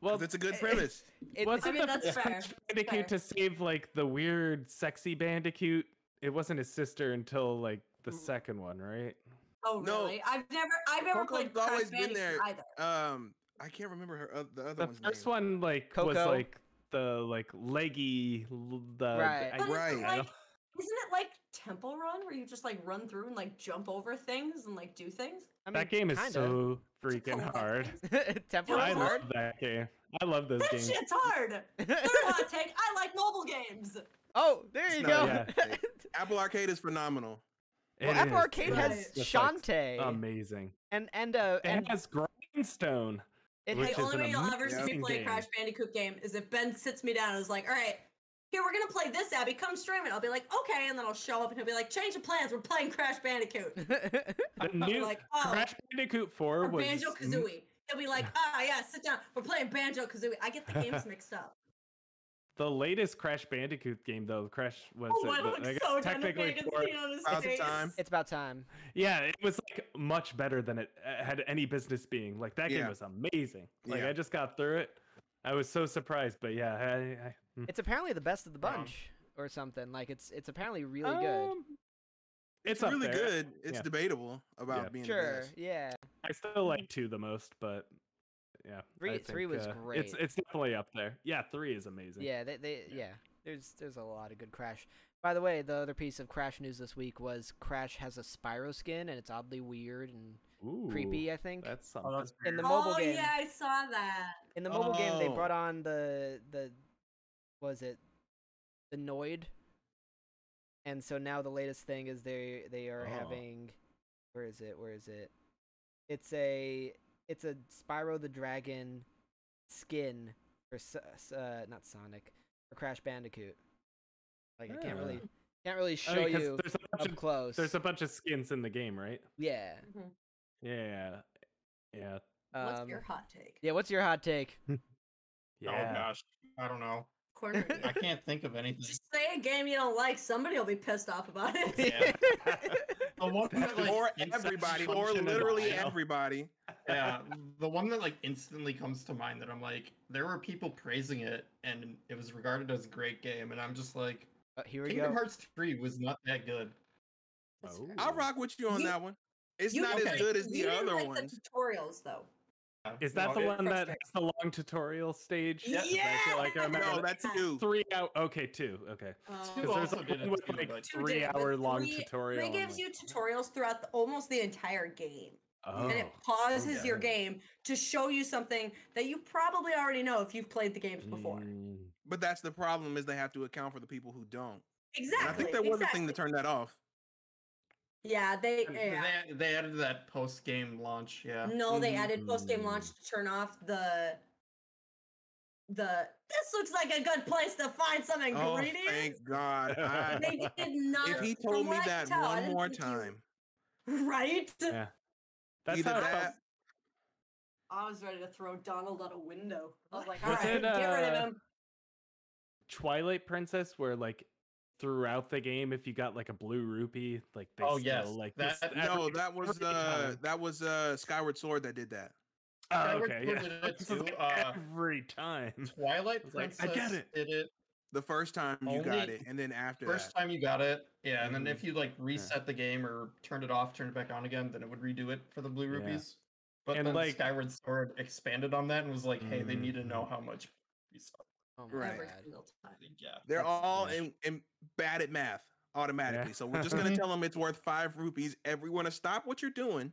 D: Well,
C: That's a good
D: <laughs>
C: premise.
A: It,
D: wasn't
B: mean,
D: the
B: that's
D: first
B: fair,
D: Bandicoot to save like the weird, sexy Bandicoot? It wasn't his sister until like the second one, right?
B: Oh
C: No.
B: really? I've never I've never
C: Coco's
B: played Crash
C: always been
B: Bandicoot
C: there.
B: either.
C: Um, I can't remember her oth- the other
D: The
C: one's
D: first
C: name.
D: one like was
A: Coco.
D: like the like leggy l- the
A: Right.
D: I-
B: But isn't it
C: Right.
D: I
B: like
D: don't-
B: isn't it like Temple Run where you just like run through and like jump over things and like do things?
A: I mean,
D: that game is
A: kinda.
D: so freaking
B: Temple Run.
D: hard.
A: <laughs> Temple
D: I
A: Run
B: Temple
D: love <laughs>
A: Hard.
D: that game. I love those
B: That
D: games.
B: shit's hard. Third
A: <laughs>
B: hot take, I like mobile games.
A: oh, there
C: It's
A: you go.
C: not-
D: yeah.
C: yeah. Apple Arcade is phenomenal.
A: <laughs> well,
D: It
A: Apple
D: is.
A: Arcade
D: It
A: has
D: is just, like,
A: Shantae
D: amazing.
A: and and uh
D: It
A: and
D: has
B: <laughs>
D: grindstone.
A: it
D: Which
B: the
A: has,
D: is
B: only
D: an
B: way you'll ever see me
C: amazing
B: play a
D: game.
B: Crash Bandicoot game is if Ben sits me down and is like, all right, here we're gonna play this, Abby, come stream it. I'll be like, okay, and then I'll show up and he'll be like, change of plans, we're playing Crash Bandicoot.
D: The
B: I'll be
D: new
B: like, oh,
D: Crash Bandicoot 4
B: or
D: was
B: Banjo
D: m-
B: Kazooie. He'll
D: <laughs>
B: be like, ah, yeah, sit down. We're playing Banjo Kazooie. I get the games mixed up.
D: the latest Crash Bandicoot game though. Crash was
B: Oh,
D: uh,
B: I
D: the-
B: look
D: I guess
B: so done with
D: technically
B: Megan's
D: four-
B: skin on his
C: About the
B: face.
C: time.
A: <laughs> it's about time.
D: Yeah, it was like much better than it uh, had any business being. Like that game
C: Yeah.
D: was amazing. Like
C: Yeah.
D: I just got through it. I was so surprised, but yeah, I, I, mm.
A: It's apparently the best of the
E: Right on.
A: bunch or something. Like it's it's apparently really good.
D: Um, It's, up
C: really
D: there.
C: good. It's
D: Yeah.
C: debatable about
D: Yeah.
C: being the
A: Sure,
C: best.
A: yeah.
D: I still like two the most, but yeah, I uh,
A: Three- three was
D: It's
A: great.
D: it's definitely up there. Yeah, three is amazing.
A: Yeah, they, they yeah.
D: Yeah.
A: There's there's a lot of good Crash. By the way, the other piece of Crash news this week was Crash has a Spyro skin and it's oddly weird and
D: Ooh,
A: creepy, I think.
D: That's something.
E: Oh, that's
A: In the
E: weird.
A: mobile
B: oh,
A: game.
B: yeah, I saw that.
A: In the mobile game they
C: Oh.
A: brought on the the what was it the Noid? And so now the latest thing is they they are
D: Oh.
A: having where is it? Where is it? It's a it's a Spyro the Dragon skin for S- S- uh not Sonic for Crash Bandicoot. Like I can't
D: Yeah.
A: really can't really
D: Oh,
A: show
D: 'cause
A: you
D: there's a bunch
A: up
D: of
A: close.
D: there's a bunch of skins in the game, right?
A: yeah.
D: Yeah, yeah,
B: What's
A: Mm-hmm. um,
B: your hot take?
A: Yeah, what's your hot take?
D: yeah. <laughs>
E: Oh gosh, I don't know.
B: Corner.
E: I can't think of anything.
B: Just say a game you don't like. Somebody will be pissed off
A: <laughs>
B: about it.
E: Yeah. The one that, like,
C: or
E: instantly
C: everybody,
E: comes
C: or
E: into my
C: literally
E: mind-
C: everybody.
E: Yeah, the one that like instantly comes to mind that I'm like, there were people praising it, and it was regarded as a great game, and I'm just like,
A: Uh, here we
E: Kingdom
A: go.
E: Hearts three was not that good.
B: That's
D: Oh.
B: fair.
C: I'll rock with you on
B: You-
C: that one. It's
B: You
C: not
B: didn't
C: as
B: like-
C: good as the
B: you didn't
C: other
B: like
C: ones.
B: The tutorials, though.
E: Yeah,
D: Is that
E: no,
D: the
E: it-
D: one that
B: frustrating.
D: has the long tutorial stage?
B: Yeah.
D: 'Cause I feel like I remember
C: no,
D: that-
C: that's two.
D: three hour. Okay, two. Okay,
E: Two
D: because there's
E: also
D: like
E: did
D: one
E: it
D: with
E: too,
D: like
E: but-
B: Two
D: three
B: did, but
D: hour long
B: three-
D: tutorial.
B: Um, They
D: and,
B: gives
D: like-
B: you tutorials throughout the, almost the entire game.
D: Oh.
B: and it pauses your
E: yeah.
B: game to show you something that you probably already know if you've played the games before.
D: Mm.
C: But that's the problem is they have to account for the people who don't. And
B: Exactly.
C: I think that was a
B: exactly.
C: thing to turn that off.
B: Yeah, they.
E: And
B: Yeah.
E: They, they added that post game launch. Yeah.
B: No, they added post game
D: Mm.
B: launch to turn off the the this looks like a good place to find some
C: Oh,
B: ingredients.
C: <laughs> thank God! I,
B: they did not
C: if he
B: from
C: told me
B: what I
C: that
B: could tell, I
C: one
B: didn't
C: more
B: think you- <laughs>
C: time,
B: right?
D: Yeah. That's
C: either
D: how it felt-
C: that
B: I was ready to throw Donald out a window. I was like, all
D: Was
B: right,
D: it,
B: get rid of
D: uh,
B: him.
D: Twilight Princess, where like throughout the game, if you got like a blue rupee, like they
E: Oh,
D: still,
E: yes,
D: like
E: that-
D: this-
C: no,
D: every-
C: that was
D: every
C: uh,
D: time.
C: that was uh, Skyward Sword that did that.
D: Oh,
E: Skyward
D: okay,
E: Sword
D: yeah. <laughs>
E: did it
D: This is,
E: too,
D: like,
E: uh,
D: every time.
E: Twilight
D: I was like,
E: Princess
D: I get it.
E: did it
C: The first time you got
E: Only-
C: it, and then after
E: first
C: that,
E: time you got it. Yeah, and then
D: Mm.
E: if you like reset the game or turned it off, turned it back on again, then it would redo it for the blue
D: Yeah.
E: rupees. But
D: And,
E: then
D: like- Mm-hmm.
E: Skyward Sword expanded on that and was like, hey, they need to know how much. we sell."
A: Oh my
C: Right.
B: Every
A: god.
B: single time.
E: Yeah,
C: they're
E: that's-
C: all
D: yeah.
C: in, in bad at math automatically. So we're just gonna
E: Mhm.
C: tell them it's worth five rupees. Everyone, to stop what you're doing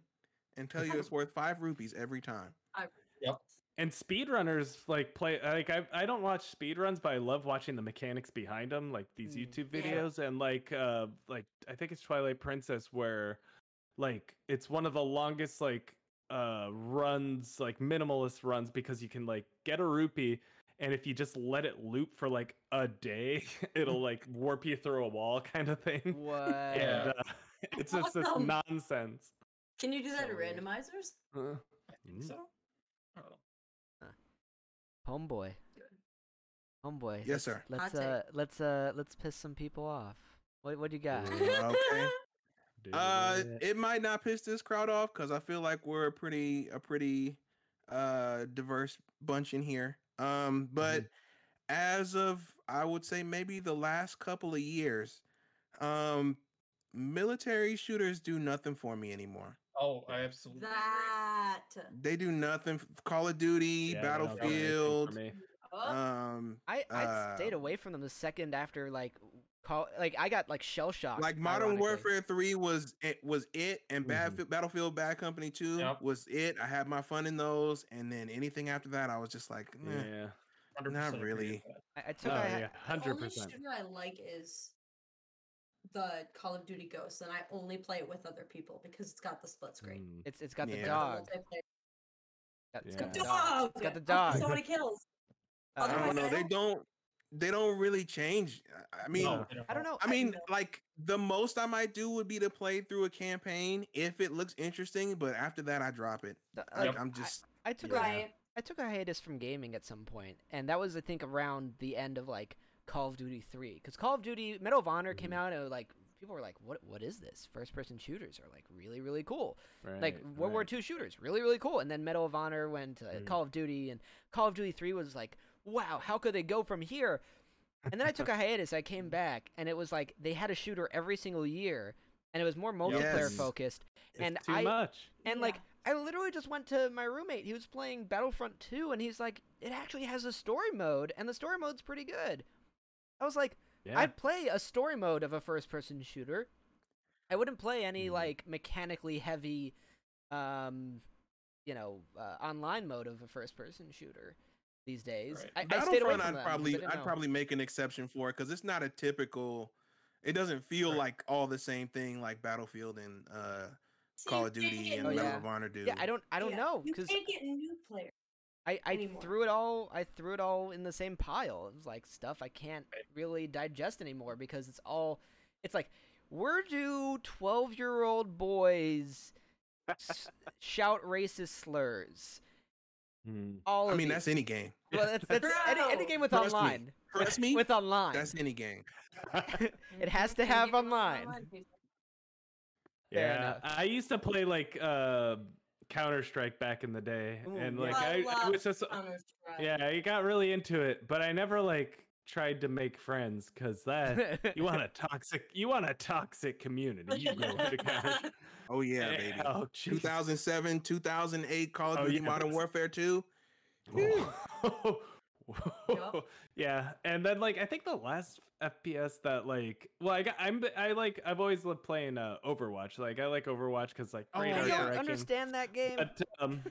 C: and tell you it's worth five rupees every time.
D: And speedrunners like play like I I don't watch speedruns, but I love watching the mechanics behind them, like these
A: Mm.
D: YouTube
B: Yeah.
D: videos and like uh like I think it's Twilight Princess where like it's one of the longest like uh runs like minimalist runs because you can like get a rupee and if you just let it loop for like a day <laughs>
B: <laughs>
D: it'll like warp you through a wall <laughs> kind of thing
A: What?
D: and uh, <laughs> it's just this
B: Awesome.
D: nonsense
B: Can you do that
D: So-
B: at randomizers?
D: Uh,
E: I think
D: Mm.
E: so. I don't know.
A: Homeboy. Homeboy.
C: Yes,
A: let's-
C: sir.
B: Hot
A: Let's
B: take.
A: uh let's uh let's piss some people off. What what do you got?
D: Ooh.
C: Oh, Okay.
D: do
C: Uh,
D: it.
C: it might not piss this crowd off because I feel like we're a pretty a pretty uh diverse bunch in here. Um,
D: Mm-hmm.
C: but as of I would say maybe the last couple of years, um, military shooters do nothing for me anymore.
E: Oh, I absolutely. agree.
B: <laughs> That.
C: They do nothing. f- Call of Duty,
D: Yeah, they're not doing anything for
C: Battlefield.
D: me.
B: Oh,
C: Um,
A: <laughs> I I
C: uh,
A: stayed away from them the second after like call like I got like shell shocked.
C: like Modern
A: ironically.
C: Warfare Three was it was it, and
D: Mhm.
C: Battlefield Battlefield Bad Company Two
E: Yep.
C: was it. I had my fun in those, and then anything after that, I was just like, "Meh."
D: Yeah.
E: 100% agree with
C: really.
E: that.
A: I, I took
D: Oh,
A: I
D: yeah.
B: the
D: 100%.
B: only shooter I like is the Call of Duty Ghosts, and I only play it with other people because it's got the split screen.
D: Mm.
A: it's it's got
C: Yeah.
A: the
B: They're the
A: dog.
B: ones I play.
A: Got- It's
D: Yeah.
A: got the
D: Dog!
A: dog. It's got the
B: Oh,
A: dog.
B: So many kills.
A: <laughs> Uh,
C: I
B: Otherwise,
C: don't know.
B: I
C: They
B: don't-
C: don't. They don't really change. I- I mean,
E: No,
A: I don't know.
C: I mean,
B: know.
C: like the most I might do would be to play through a campaign if it looks interesting, but after that I drop it.
A: th-
C: Like,
E: Yep.
C: I'm just
A: I, I took a-
B: Right.
A: I took a hiatus from gaming at some point, and that was I think around the end of like Call of Duty Three, because Call of Duty Medal of Honor came
D: Mhm.
A: out and uh, like people were like, "What? What is this? First person shooters are like really really cool.
D: Right,
A: like World War
D: right.
A: Two shooters, really really cool." And then Medal of Honor went to
D: Mm.
A: Call of Duty, and Call of Duty Three was like, "Wow, how could they go from here?" And then I took
D: <laughs>
A: a hiatus. I came back, and it was like they had a shooter every single year, and it was more multiplayer
C: Yes.
A: focused.
D: It's
A: and
D: too
A: I-
D: much.
A: And
B: Yeah.
A: like I literally just went to my roommate. He was playing Battlefront 2 and he's like, "It actually has a story mode and the story mode's pretty good." I was like,
D: Yeah.
A: <laughs> "I'd play a story mode of a first-person shooter. I wouldn't play any
D: Mm.
C: Mm-hmm.
A: like mechanically heavy um you know, uh, online mode of a first-person shooter these days."
E: Right.
A: I, I stayed away
C: Battlefront.
A: from them
C: I'd
A: 'cause I
C: probably
A: didn't
C: I'd
A: know.
C: probably make an exception for it because it's not a typical. It doesn't feel
E: Right.
C: like all the same thing like Battlefield and uh,
B: See,
C: Call
B: you
C: of
B: can't
C: Duty
B: get
C: and
A: Oh,
B: new-
C: Medal
A: yeah.
C: of Honor do.
A: Yeah, I don't I don't
B: yeah,
A: know
B: You
A: cuz
B: can't get new players.
A: I, I
B: anymore.
A: threw it all I threw it all in the same pile. It was like stuff I can't really digest anymore because it's all it's like where do 12-year-old boys
C: <laughs>
A: s- shout racist slurs?
D: Mm.
A: All of
C: I mean,
A: these.
C: that's any game.
A: <laughs> well, that's,
C: <laughs>
A: that's any, any
B: Bro!
A: game with
C: Trust me.
A: online.
C: Trust me,
A: With online.
C: that's any game.
A: It has to
B: You can't
A: have
B: get them
A: online.
B: people.
A: Fair
D: <laughs> yeah.
A: enough.
D: I used to play like uh, Counter Strike back in the day,
A: Ooh,
D: and
A: yeah.
D: like
B: I
D: I, I
B: love
D: was just
B: Counter-Strike.
D: yeah, I got really into it, but I never like tried to make friends
A: <laughs>
D: because that you want a toxic you want a toxic community. You go
B: <laughs>
D: to Counter.
C: Oh yeah, baby.
D: Oh, jeez.
C: 2007, 2008, Call of
D: Oh,
C: Duty
D: yeah,
C: Modern
D: that's-
C: Warfare 2.
D: Whoa.
B: Yup.
D: <laughs> yeah, and then like I think the last FPS that like well I got, I'm I like I've always loved playing uh, Overwatch. Like I like Overwatch because like
E: Oh,
D: radar
A: I
E: Yeah,
A: don't
D: tracking.
A: understand that game.
D: But um,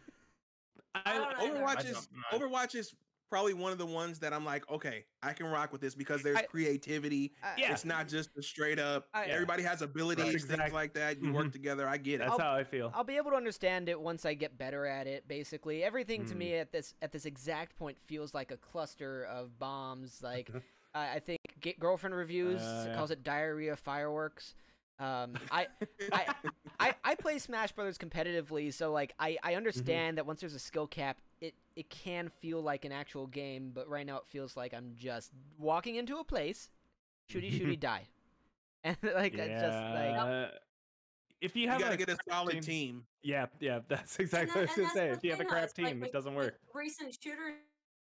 D: I, oh,
B: don't either.
C: Overwatch is
E: don't know.
C: Overwatch is probably one of the ones that I'm like, okay, I can rock with this because there's
A: I-
C: creativity.
A: I-
D: yeah.
C: It's not just the straight up.
A: I-
C: Everybody has abilities,
D: exact-
C: things like that. You work
D: Mhm.
C: together. I get it.
A: Oh,
D: that's how I feel.
A: I'll be able to understand it once I get better at it. Basically, everything to
D: Mm.
A: me at this at this exact point feels like a cluster of bombs.
D: <laughs>
A: Like I I think Ga- girlfriend reviews
D: Uh, yeah.
A: calls it diarrhea fireworks. Um, I,
D: <laughs>
A: I, I I play Smash Brothers competitively, so like I
D: Mm-hmm.
A: I understand that once there's a skill cap, it it can feel like an actual game. But right now, it feels like I'm just walking into a place, shooty
D: <laughs>
A: shooty die, <laughs> and like I just like
D: Yeah. if you
C: you
D: have
C: gotta
D: a
C: get a
D: crap
C: solid
D: team-
C: team.
D: Yeah, yeah, that's <laughs>
F: And
D: exactly
F: that-
D: what I was
F: and
D: gonna
F: that's
D: say.
F: the
D: If you have a
F: thing, though,
D: crap
F: it's like
D: team,
F: with-
D: it doesn't
F: with
D: work.
F: Recent shooters,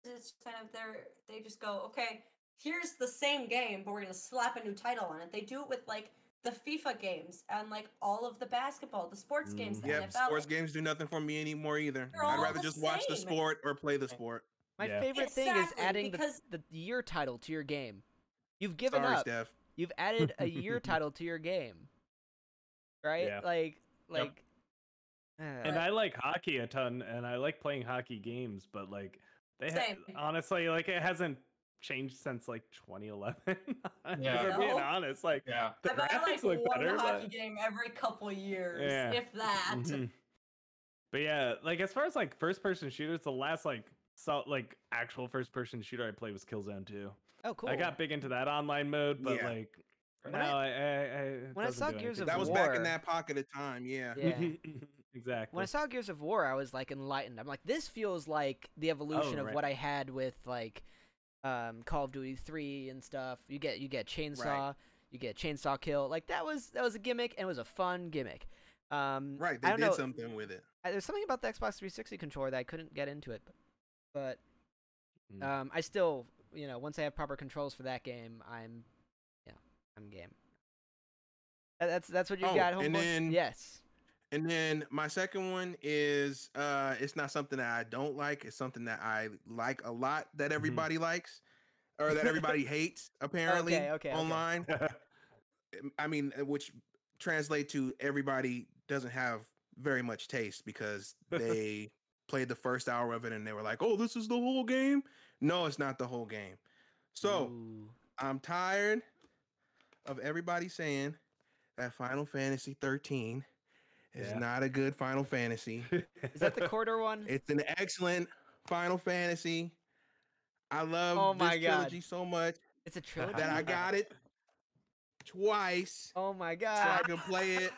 F: it's kind of they're they just go, okay, here's the same game, but we're gonna slap a new title on it. They do it with like the FIFA games and like all of the basketball, the sports games,
D: Mm.
F: the
C: Yeah,
F: NFL.
C: sports games do nothing for me anymore either.
F: They're
C: I'd
F: all
C: rather
F: the
C: just watch the
F: same.
C: sport or play the sport.
A: My
D: Yeah.
A: favorite thing is
F: Exactly,
A: adding
F: because-
A: the, the year title to your game. You've given
C: Sorry,
A: up.
C: Steph.
A: You've added a
D: <laughs>
A: year title to your game. Right?
D: Yeah.
A: Like like
D: And
A: uh,
D: I like hockey a ton, and I like playing hockey games, but like they ha-
F: Same.
D: honestly, like it hasn't changed since like 2011.
E: Yeah.
D: <laughs> if I'm being
F: No.
D: honest, like
E: Yeah.
D: the
F: I buy
D: graphics
F: like
D: look
F: one
D: better,
F: hockey
D: but
F: game every couple years,
D: Yeah.
F: if that.
D: Mhm. But yeah, like as far as like first person shooters, the last like so like actual first person shooter I played was Killzone 2.
A: oh cool.
D: I got big into that online mode, but
C: Yeah.
D: like
E: When
D: now I, I, I it
A: when I
D: doesn't
A: saw
D: do
A: Gears of
D: anything for
C: That
D: me.
C: was back
A: War.
C: in that pocket of time. Yeah.
A: Yeah.
D: <laughs> exactly. <laughs>
A: When I saw Gears of War, I was like enlightened. I'm like, this feels like the evolution of
D: Oh, right.
A: what I had with like um, Call of Duty three and stuff. You get you get chainsaw, you get chainsaw kill. Like that was that was a gimmick and it was a fun gimmick. Um,
C: Right.
A: I
C: They
A: don't
C: did
A: know,
C: something with it.
A: I- Uh, there's something about the Xbox 360 controller that I couldn't get into it, but,
D: Mm.
A: but um, I still, you know, once I have proper controls for that game, I'm, yeah, I'm game. Tha- That's that's what you
C: Oh,
A: got. Homeboy?
C: and then-
A: yes,
C: And then my second one is uh it's not something that I don't like, it's something that I like a lot
A: Mm-hmm.
C: that everybody likes or
A: <laughs>
C: that everybody hates apparently
A: Okay, okay, okay.
C: online. Um, I mean uh, which translate to everybody doesn't have very much taste
A: <laughs>
C: because they played the first hour of it and they were like, "Oh, this is the whole game?" No, it's not the whole game. So,
A: Ooh.
C: I'm tired of everybody saying that Final Fantasy 13 is
D: Yeah.
C: not a good Final Fantasy.
A: is
C: <laughs>
A: that the
D: <laughs>
A: quarter one?
C: it's an excellent Final Fantasy. I love
A: Oh
C: this
A: my God.
C: trilogy so much
A: It's a trilogy.
C: that I got it twice
A: <laughs> oh my
C: so I
A: god!
C: could play it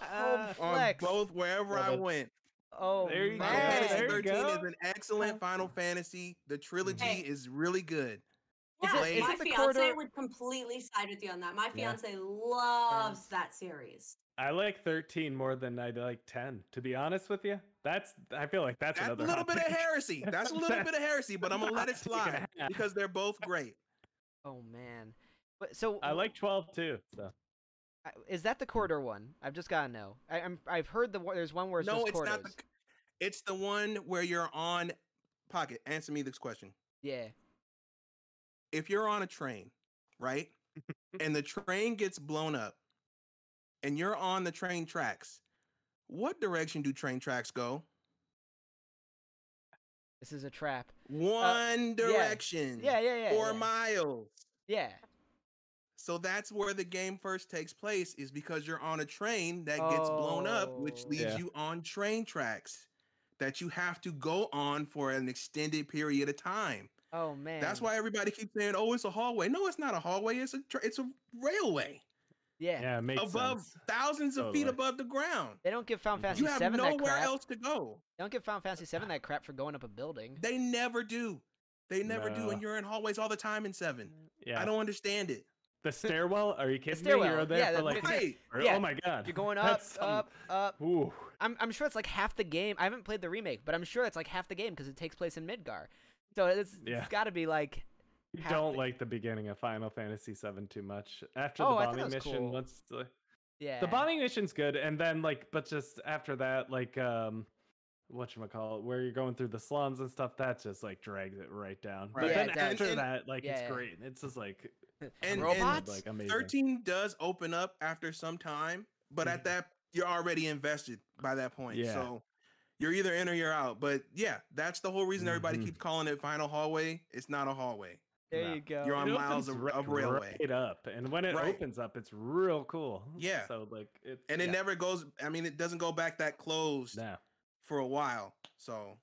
A: Home
C: on
A: flex.
C: both wherever
D: Love
C: I
D: it.
C: went.
A: oh
D: There you go,
C: Final
A: man.
C: Fantasy
D: there you
C: 13 is
D: go.
C: an excellent Final Fantasy. The trilogy
F: Hey.
C: is really good.
F: Yeah,
C: Blade.
F: my
A: Is it the
F: fiance
A: corridor-
F: would completely side with you on that. My
D: Yeah.
F: fiance loves that series.
D: I like 13 more than I like 10. To be honest with you, that's I feel like that's,
C: That's a
D: another
C: little
D: hot
C: bit of
D: <laughs> take.
C: heresy. That's a little bit of heresy, but I'm gonna let it
D: That's a <laughs> hot take and
C: slide
D: a half.
C: because they're both great.
A: Oh man. But so
D: I like 12 too. So
A: I- Is that the corridor one? I've just gotta know. I, I'm I've heard the one- there's one where it's
C: no,
A: just
C: it's
A: corridors.
C: not. The, c- it's the one where you're on pocket. Answer me this question:
A: Yeah.
C: If you're on a train,
A: <laughs>
C: right, and the train gets blown up, and you're on the train tracks, what direction do train tracks go?
A: This is a trap.
C: One direction.
A: Uh, Yeah, yeah, yeah.
C: Four
A: yeah.
C: miles.
A: Yeah.
C: So that's where the game first takes place is because you're on a train that gets blown up, which
A: Oh.
C: leaves
D: Yeah.
C: you on train tracks that you have to go on for an extended period of time.
A: Oh man.
C: That's why everybody keeps saying, "Oh, it's a hallway." No, it's not a hallway. It's a tra- it's a railway
A: Yeah.
D: yeah, it makes
C: above
D: sense.
C: thousands of feet
D: Totally.
C: above the ground.
A: They don't give Final
D: Mhm.
A: Fantasy
C: You have
A: Seven that
C: nowhere
A: crap.
C: else to go.
A: They don't give Final Fantasy Seven that crap for going up a building.
C: They never do. They never do,
D: No.
C: and you're in hallways all the time in seven.
D: Yeah,
C: I don't understand it. <laughs>
D: the stairwell. Are you kidding me?
A: stairwell,
D: You're there
A: yeah,
D: for
A: that
D: like
A: makes
D: an
A: sense.
C: Right?
D: hour.
A: Yeah,
D: Oh my <laughs> god,
A: You're going up,
D: that's some-
A: up, up.
D: Ooh,
A: I'm I'm sure it's like half the game. I haven't played the remake, but I'm sure it's like half the game because it takes place in Midgar. So it's,
D: Yeah.
A: it's got to be like
D: you
A: Half
D: don't
A: the-
D: like the beginning of Final Fantasy VII too much. After
A: Oh, I thought
D: the
A: that
D: bombing
A: was
D: mission,
A: cool.
D: once the,
A: yeah.
D: the bombing mission's good, and then like, but just after that, like, um, whatchamacallit, where you're going through the slums and stuff, that just like drags it right down. But
C: Right.
A: Yeah,
D: then
A: it does.
D: after
C: And-
D: that, like
A: yeah.
D: it's great. It's just like
C: And-
A: robots.
D: like amazing.
C: 13 does open up after some time, but at
D: Mhm.
C: that you're already invested by that point.
D: Yeah.
C: So you're either in or you're out. But yeah, that's the whole reason everybody
D: Mhm.
C: keeps calling it final hallway. It's not a hallway.
A: there
D: no.
A: you go.
C: You're on
D: It
C: miles
D: opens
C: of,
D: ri-
C: of railway.
D: right up, and when it
C: Right.
D: opens up, it's real cool.
C: Yeah.
D: So like it's
C: And it
D: yeah.
C: never goes I mean, it doesn't go back that closed
D: No,
C: for a while. So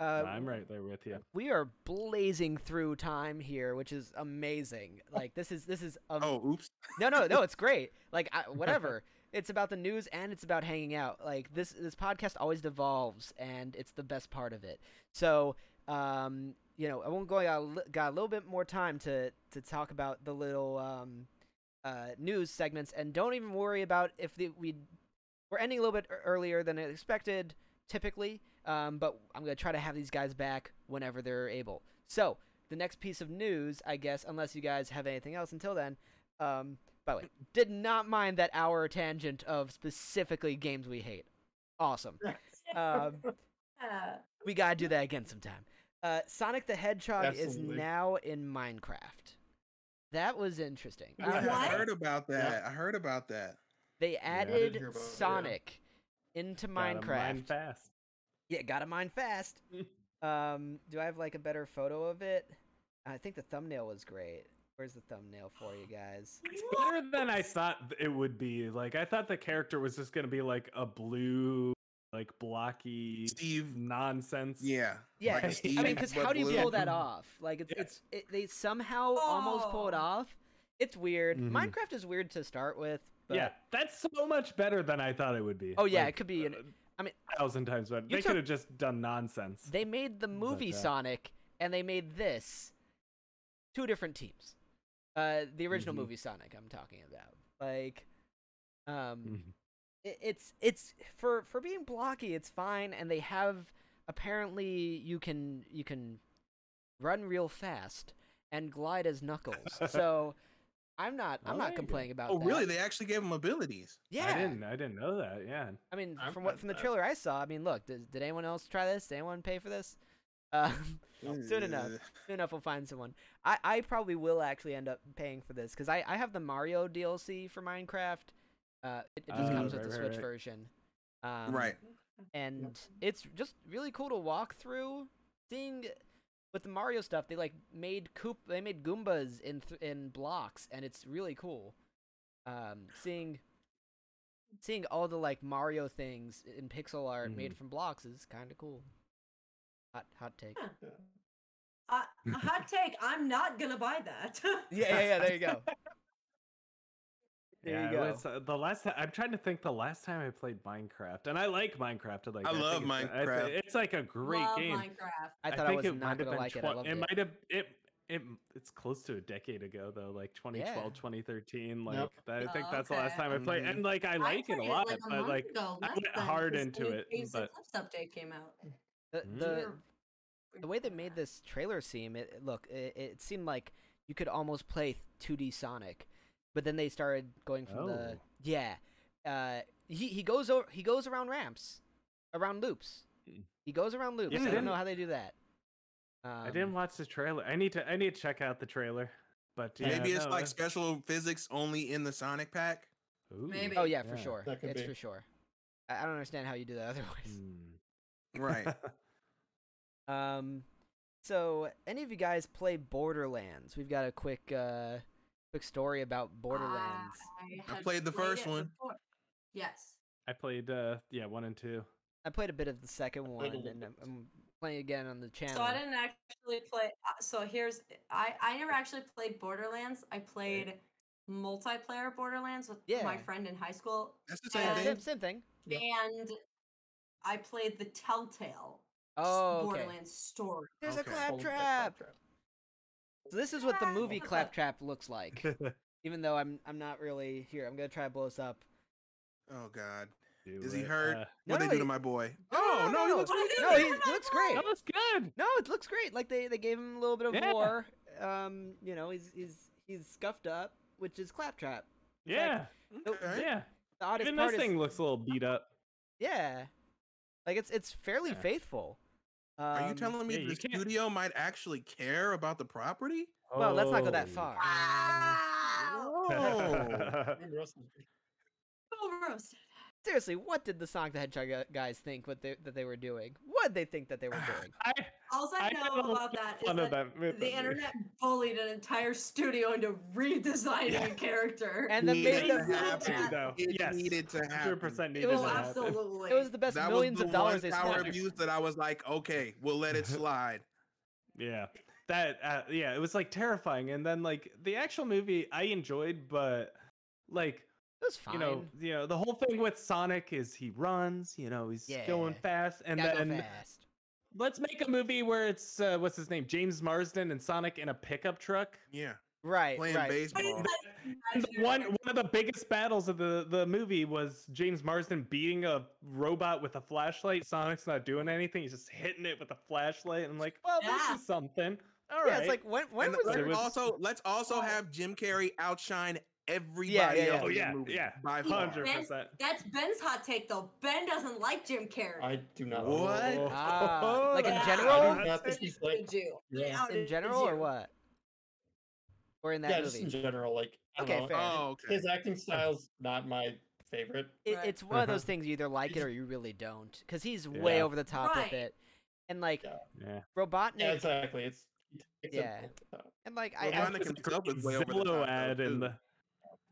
A: Uh,
D: I'm right there with you.
A: We are blazing through time here, which is amazing. Like this is this is um,
C: oh oops.
A: no no no it's great. Like I, whatever. it's about the news and it's about hanging out. Like this this podcast always devolves and it's the best part of it. So um you know I won't go I got a li- got a little bit more time to to talk about the little um uh news segments and don't even worry about if the, we we're ending a little bit ear- earlier than expected typically. Um, but I'm gonna try to have these guys back whenever they're able. So the next piece of news, I guess, unless you guys have anything else until then. Um, by the way, did not mind that hour tangent of specifically games we hate.
E: <laughs>
A: Awesome. Um,
F: Yeah.
D: <laughs>
A: we gotta do that again sometime. Uh, Sonic the Hedgehog
E: Absolutely.
A: is now in Minecraft. That was interesting.
E: Yeah,
A: I
C: I
A: don't know.
F: What?
C: heard about that. I heard about that.
A: They
D: I did
A: added
E: hear about it, yeah.
A: Sonic into
D: Gotta
A: Minecraft.
D: mine fast.
A: Yeah, gotta mine
E: <laughs>
A: fast.
E: Hmm.
A: um, do I have like a better photo of it? I think the thumbnail was great. Where's the thumbnail for you guys?
D: It's better than I thought th- it would be. Like I thought the character was just gonna be like a blue, like blocky
C: Steve
D: nonsense.
C: Yeah.
A: Yeah,
C: like
A: <laughs>
C: a
A: I mean,
C: Steve,
A: because
C: but
A: how do you
C: blue.
A: pull that off? Like, it's,
D: Yeah.
A: it's it, they somehow almost pull it
F: Oh.
A: off. It's weird.
D: Mhm.
A: Minecraft is weird to start with. But,
D: yeah, that's so much better than I thought it would be. uh,
A: Oh, yeah, it could be an- I mean-
D: a thousand times better.
A: You
D: They
A: took-
D: could have just done nonsense.
A: They made the movie
D: that.
A: Sonic and they made this two different teams. Uh, the original
D: Mhm.
A: movie Sonic, I'm talking about. Like, um,
D: Mhm.
A: i- it's it's for for being blocky, it's fine, and they have apparently you can you can run real fast and glide as
D: <laughs>
A: Knuckles. so I'm not I'm
D: Oh, there
A: not
D: you go.
A: complaining about.
C: Oh
A: that.
C: really? They actually gave him abilities.
A: Yeah.
D: I didn't. I didn't know that. Yeah.
A: I mean,
E: I'm
A: from what
E: fine
A: from the
E: with that.
A: trailer I saw, I mean, look, did, did anyone else try this? Did anyone pay for this? Um, Soon enough.
C: Ugh.
A: <laughs> soon enough, we'll find someone. I, I probably will actually end up paying for this because I, I have the Mario DLC for Minecraft. Uh, it, it just
D: Oh,
A: comes with the
D: right, right,
A: Switch
D: right.
A: version. Um,
C: Right.
A: and it's just really cool to walk through seeing with the mario stuff they like made Koop- they made goombas in th- in blocks and it's really cool um seeing seeing all the like mario things in pixel art
D: Mm-hmm.
A: made from blocks is kind of cool hot hot take
F: Uh, a hot take. I'm not gonna buy that. <laughs>
A: yeah yeah yeah there you go There
D: yeah,
A: you
D: it
A: go.
D: was, uh, the last time, I'm trying to think the last time I played Minecraft, and I like Minecraft. I, like,
C: I
D: think
C: love
D: it's- I thi-
C: Minecraft.
D: it's like a great
F: Love
D: game.
F: Minecraft.
A: <laughs> i thought i,
D: think
A: was
D: it might
A: not
D: have
A: gonna
D: been
A: like it i
D: twen-
A: loved
D: it
A: it
D: might have it, it it's close to a decade ago though, like 2012,
A: Yeah. Mm-hmm.
D: 2013. Like
E: Yep.
D: that, I think
F: Oh,
D: that's the last
F: okay.
D: time I played,
C: Mhm.
D: and like I like it a
F: played
D: lot,
F: like a
D: but
F: month
D: like
F: ago,
D: I
F: less
D: went
F: than,
D: hard
F: 'cause
D: into
F: when
D: it,
F: Waves and
D: but-
F: Cliffs update came out.
A: the,
D: Mm.
A: the,
F: We're-
A: the way they made this trailer seem it it- look it, it seemed like you could almost play 2d sonic but then they started going from the
D: Oh.
A: yeah uh he, he goes over he goes around ramps around loops
D: Mm.
A: he goes around loops
D: Yeah,
A: i
D: I
A: don't know
D: didn't-
A: how they do that um,
D: I didn't watch the trailer. I need to I need to check out the trailer, but yeah,
C: Maybe it's
D: no,
C: like
D: that's-
C: special physics only in the Sonic pack.
D: Ooh,
F: Maybe.
A: oh yeah for
D: Yeah.
A: sure
E: That could
A: it's
E: be.
A: for sure I, I don't understand how you do that <laughs> otherwise
D: mm.
C: Right.
D: Hmm.
A: Um, so any of you guys play Borderlands? We've got a quick, uh, quick story about Borderlands.
C: I
F: had
C: played the first
F: it
C: one.
F: before. Yes.
D: I played uh yeah one
C: <laughs>
D: and two. <laughs>
A: I played a bit of the second one,
E: played a little
A: and
E: bit.
A: I'm, I'm playing again on the channel.
F: So I didn't actually play. uh, So here's I I never actually played Borderlands. I played multiplayer Borderlands with my
A: Yeah.
F: friend in high school,
C: That's the
A: Yeah,
C: same
A: same,
C: thing.
A: same thing.
E: Yep.
F: and I played the Telltale s-
A: Oh, okay.
F: Borderlands story.
A: There's a
C: Okay.
A: claptrap. So this is what the
F: Yeah,
A: movie
F: yeah.
A: Claptrap looks
D: <laughs>
A: like. Even though I'm, I'm not really here. I'm gonna try to blow this up.
C: Oh God,
D: Do
C: is he
D: it.
C: hurt?
D: Uh,
A: no,
C: what they
A: no,
C: do
A: he-
C: to my boy?
A: No,
C: Oh
A: no,
C: no, he
A: no,
C: looks
F: What did
A: No,
F: they
A: he
F: do to my
A: looks great.
D: that was good.
A: No, it looks great. Like they, they gave him a little bit of
D: Yeah.
A: war. Um, you know, he's he's he's scuffed up, which is Claptrap.
D: Yeah,
A: Oh,
C: okay.
D: yeah.
A: The oddest
D: Even
A: part
D: this
A: is
D: thing looks a little beat up.
A: Yeah. Like it's it's fairly
D: Yeah.
A: faithful. Um,
C: Are you telling me
D: yeah, you
C: the
D: can't-
C: studio might actually care about the property?
A: Well, let's not go that
C: <laughs>
D: Oh. <laughs>
A: far.
F: Wow.
C: Whoa.
F: So roasted.
A: Seriously, what did the Sonic the Hedgehog gu- guys think what they, that they were doing? What did they think that they
C: <sighs>
A: were doing?
D: I,
F: All
D: I
F: I
D: had a
F: know
D: little
F: about
D: bit of
F: that is
D: fun of
F: that
D: that with
F: the
D: that movie.
F: internet bullied an entire studio into redesigning a <laughs> character.
A: And then
C: Needed
A: made
C: to
A: them
F: happen.
C: happen.
D: No,
C: It
D: yes.
C: needed to happen.
D: Hundred percent needed.
A: was
F: oh,
D: to happen.
F: absolutely.
A: it was the best
C: That
A: millions
C: was the
A: of dollars they
C: one power
A: spent.
C: abuse that I was like, okay, we'll let
D: <laughs>
C: it slide.
D: Yeah. That uh, yeah, it was like terrifying. And then like the actual movie I enjoyed, but like
A: It was fine.
D: you know, you know, the whole thing with Sonic is he runs, you know, he's going
A: Yeah.
D: fast, and
A: Gotta go
D: then
A: fast.
D: let's make a movie where it's uh, what's his name, James Marsden and Sonic in a pickup truck.
C: Yeah,
A: Right,
C: playing
A: right.
F: But it's
C: baseball.
F: like-
D: And the one one of the biggest battles of the the movie was James Marsden beating a robot with a flashlight. Sonic's not doing anything; he's just hitting it with a flashlight. And I'm like, well,
F: Yeah.
D: this is something. All right.
A: yeah, it's like when when
C: And
A: was
D: like-
A: it? Oh.
D: it
C: let's
D: was-
C: also let's also have Jim Carrey outshine everybody
A: yeah, yeah.
C: else
D: Oh,
C: in
D: yeah,
C: the movie.
D: yeah.
C: By far.
D: hundred percent.
F: That's Ben's hot take though. Ben doesn't like Jim Carrey.
E: I do not.
C: What? oh,
A: Ah, like in
F: Yeah.
A: general,
E: I do not think he's like.
F: Did you?
E: Yeah.
F: How
A: in
F: did
A: general, or
F: you?
A: what? Or in that
E: yeah, just
A: movie?
E: in general, like. I
A: Okay,
E: don't know.
A: fair.
C: Oh, okay.
E: His acting style's not my favorite.
A: it,
F: Right.
A: it's one of
D: Uh-huh.
A: those things you either like it
E: It's-
A: or you really don't because he's way
D: Yeah.
A: over the top with
F: Right.
A: it and like
E: Yeah.
D: Yeah.
A: robotnik
E: Yeah, exactly. It's. it's
A: Yeah.
E: simple.
A: and like
C: Robotnik
A: I, I
C: and Zelda is way over the
D: Zillow
C: top, though,
D: ad
C: too.
D: and the,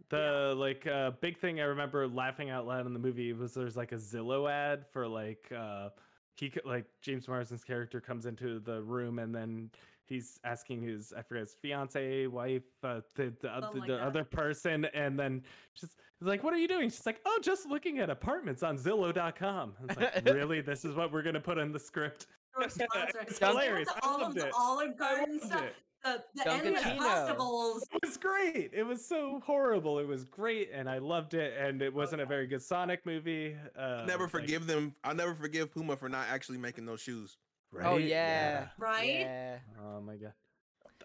D: the like uh, big thing I remember laughing out loud in the movie was there's like a Zillow ad for like uh, he c- like James Marsden's character comes into the room and then he's asking his I forget his fiance wife uh, the the, oth-
F: Something like
D: the
F: that.
D: other person and then just he's like what are you doing she's like oh just looking at apartments on Zillow.com I was
C: <laughs>
D: like really this is what we're gonna put in the script
F: Or
D: <laughs>
F: sponsor.
D: It's
F: You know,
D: hilarious.
F: the-
D: I
F: all of
D: loved
F: the
D: it.
F: Olive
D: I
F: Garden
D: loved
F: stuff,
D: it.
F: the, the
A: Dunkin'
F: endless
A: Kino.
F: festivals.
D: It was great. It was so horrible. It was great, and I loved it. And it wasn't a very good Sonic movie. Uh,
C: I'll never
D: like-
C: forgive them. I'll never forgive Puma for not actually making those shoes.
A: Oh, yeah.
F: Right?
A: yeah
D: yeah. Oh my god.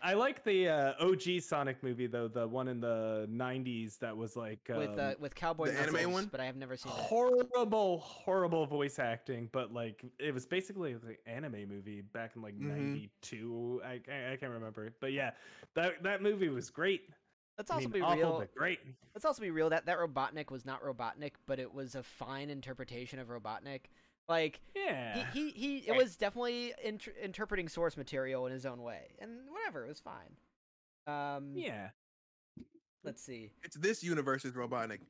D: I like the uh, OG Sonic movie though, the one in the '90s that was like um,
A: with uh, with cowboy
C: the anime
A: Muscles,
C: one? Oh,
A: but I have never seen that.
D: horrible, horrible voice acting. But like, it was basically like an anime movie back in like
C: Mhm.
D: '92. I, I I can't remember, but yeah, that that movie was great.
A: Let's
D: I
A: also
D: mean,
A: be
D: awful,
A: real.
D: but great.
A: Let's also be real that that Robotnik was not Robotnik, but it was a fine interpretation of Robotnik. Like
D: Yeah.
A: he he, he it
E: Right.
A: was definitely inter- interpreting source material in his own way, and whatever, it was fine. Um,
D: yeah.
A: Let's see.
C: It's this universe's Robotnik.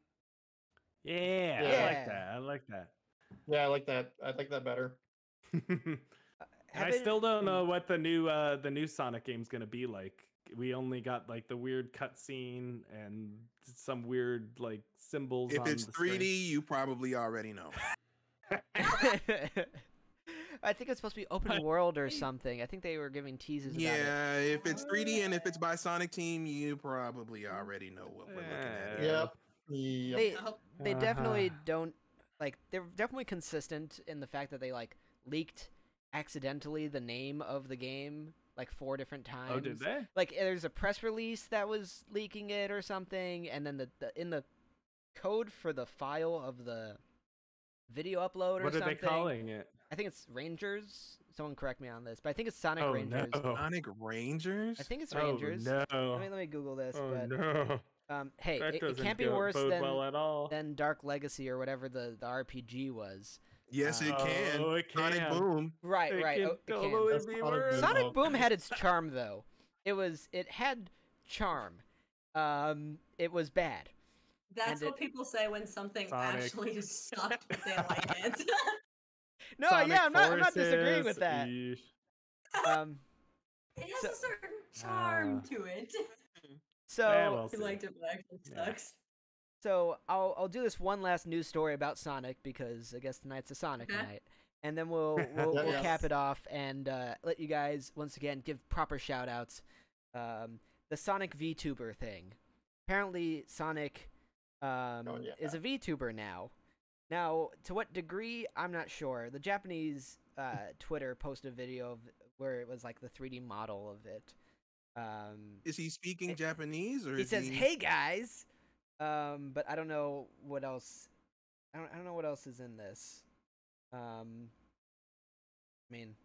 D: Yeah, I
A: Yeah.
D: like that. I
A: <laughs>
D: like that.
E: Yeah, I like that. I like that better.
D: and I
A: Haven't-
D: still <laughs> don't
A: Mm.
D: know what the new uh the new Sonic game's gonna be like. We only got like the weird cutscene and some weird like symbols.
C: If
D: on
C: it's
D: the screen.
C: 3D, you probably
A: <laughs>
C: already know.
A: <laughs> I think it's supposed to be open
D: But-
A: world or something. I think they were giving teases about it.
C: Yeah, if it's 3D and if it's by Sonic Team, you probably already know what oh, we're looking at.
D: Yeah.
C: here.
E: Yep. Yep.
A: They they definitely
D: Uh-huh.
A: don't like they're definitely consistent in the fact that they like leaked accidentally the name of the game like four different times.
D: Oh, did they?
A: Like eh, there's a press release that was leaking it or something and then the, the in the code for the file of the video upload or
D: What are
A: something.
D: they calling it?
A: I think it's Rangers. Someone correct me on this, but I think it's Sonic
D: oh
A: Rangers.
D: no!
C: Sonic Rangers?
A: I think it's
D: oh
A: Rangers.
D: no!
A: Let me let me Google this.
D: oh
A: but
D: no!
A: um, <laughs> hey,
D: that
A: it, it
D: doesn't
A: can't be
D: go-
A: worse
D: bode
A: than
D: well at all.
A: than Dark Legacy or whatever the, the RPG was.
C: yes, it can.
D: Oh, it
C: Sonic
D: can.
C: Boom.
A: Right,
D: It
A: right.
D: can
A: oh, it can.
D: totally
E: That's
D: be
E: Sonic
D: worse.
E: Boom.
A: Sonic
E: Well,
A: Boom had its charm though. It was it had charm. Um, it was bad.
F: That's
A: And
F: what people say when something
D: Sonic.
F: actually sucked, but they like it.
A: No,
D: Sonic
A: yeah, I'm not, I'm not disagreeing
D: Forces,
A: with that.
D: eesh.
A: Um,
F: <laughs> It has
A: So-
F: a certain
D: <laughs>
F: charm
D: Ah.
F: to it.
A: so
D: Eh, we'll
F: He
D: see.
F: liked it, but actually
D: Yeah.
F: sucks.
A: So I'll I'll do this one last news story about Sonic because I guess tonight's a Sonic
F: Okay.
A: night, and then we'll we'll,
E: Yeah,
A: we'll
E: yeah.
A: cap it off and uh, let you guys once again give proper shout outs. Um, the Sonic VTuber thing. Apparently, Sonic um,
E: Oh, yeah.
A: is a VTuber now. Now, to what degree, I'm not sure. The Japanese uh, Twitter posted a video of where it was like the 3D model of it. Um,
C: Is he speaking
A: It-
C: Japanese or
A: he
C: is
A: says,
C: he...
A: "Hey guys," um, but I don't know what else. I don't, I don't know what else is in this. Um, I mean,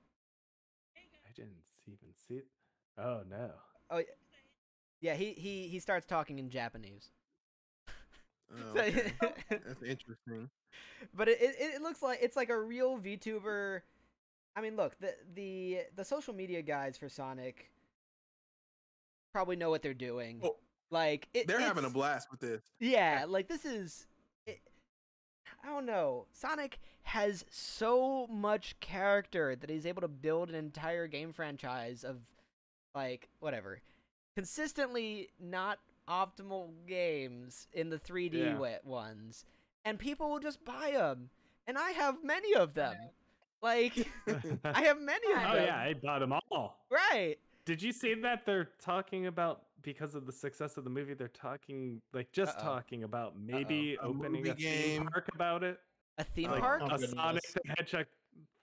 D: I didn't see- even see it. Oh no. <laughs>
A: yeah, he he he starts talking in Japanese. <laughs>
C: Oh,
A: So-
C: okay. That's interesting.
A: but it, it it looks like it's like a real VTuber. I mean, look the the the social media guys for Sonic probably know what they're doing.
C: Oh,
A: like it,
C: They're having a
A: it's-
C: blast with this.
A: Yeah, like this is. It, I don't know. Sonic has so much character that he's able to build an entire game franchise of, like, whatever. Consistently not optimal games in the 3D
D: Yeah.
A: wa- ones. And people will just buy them. And I have many of them. Like, <laughs> I have many of
D: <laughs> oh
A: them.
D: yeah, I bought them all.
A: Right.
D: Did you see that they're talking about because of the success of the movie? They're talking like just
A: Uh-oh.
D: talking about maybe
C: A
D: opening
C: movie
D: a
C: game.
D: theme park about it,
A: A theme
D: Like,
A: park?
E: Oh,
D: a
E: goodness.
D: Sonic the Hedgehog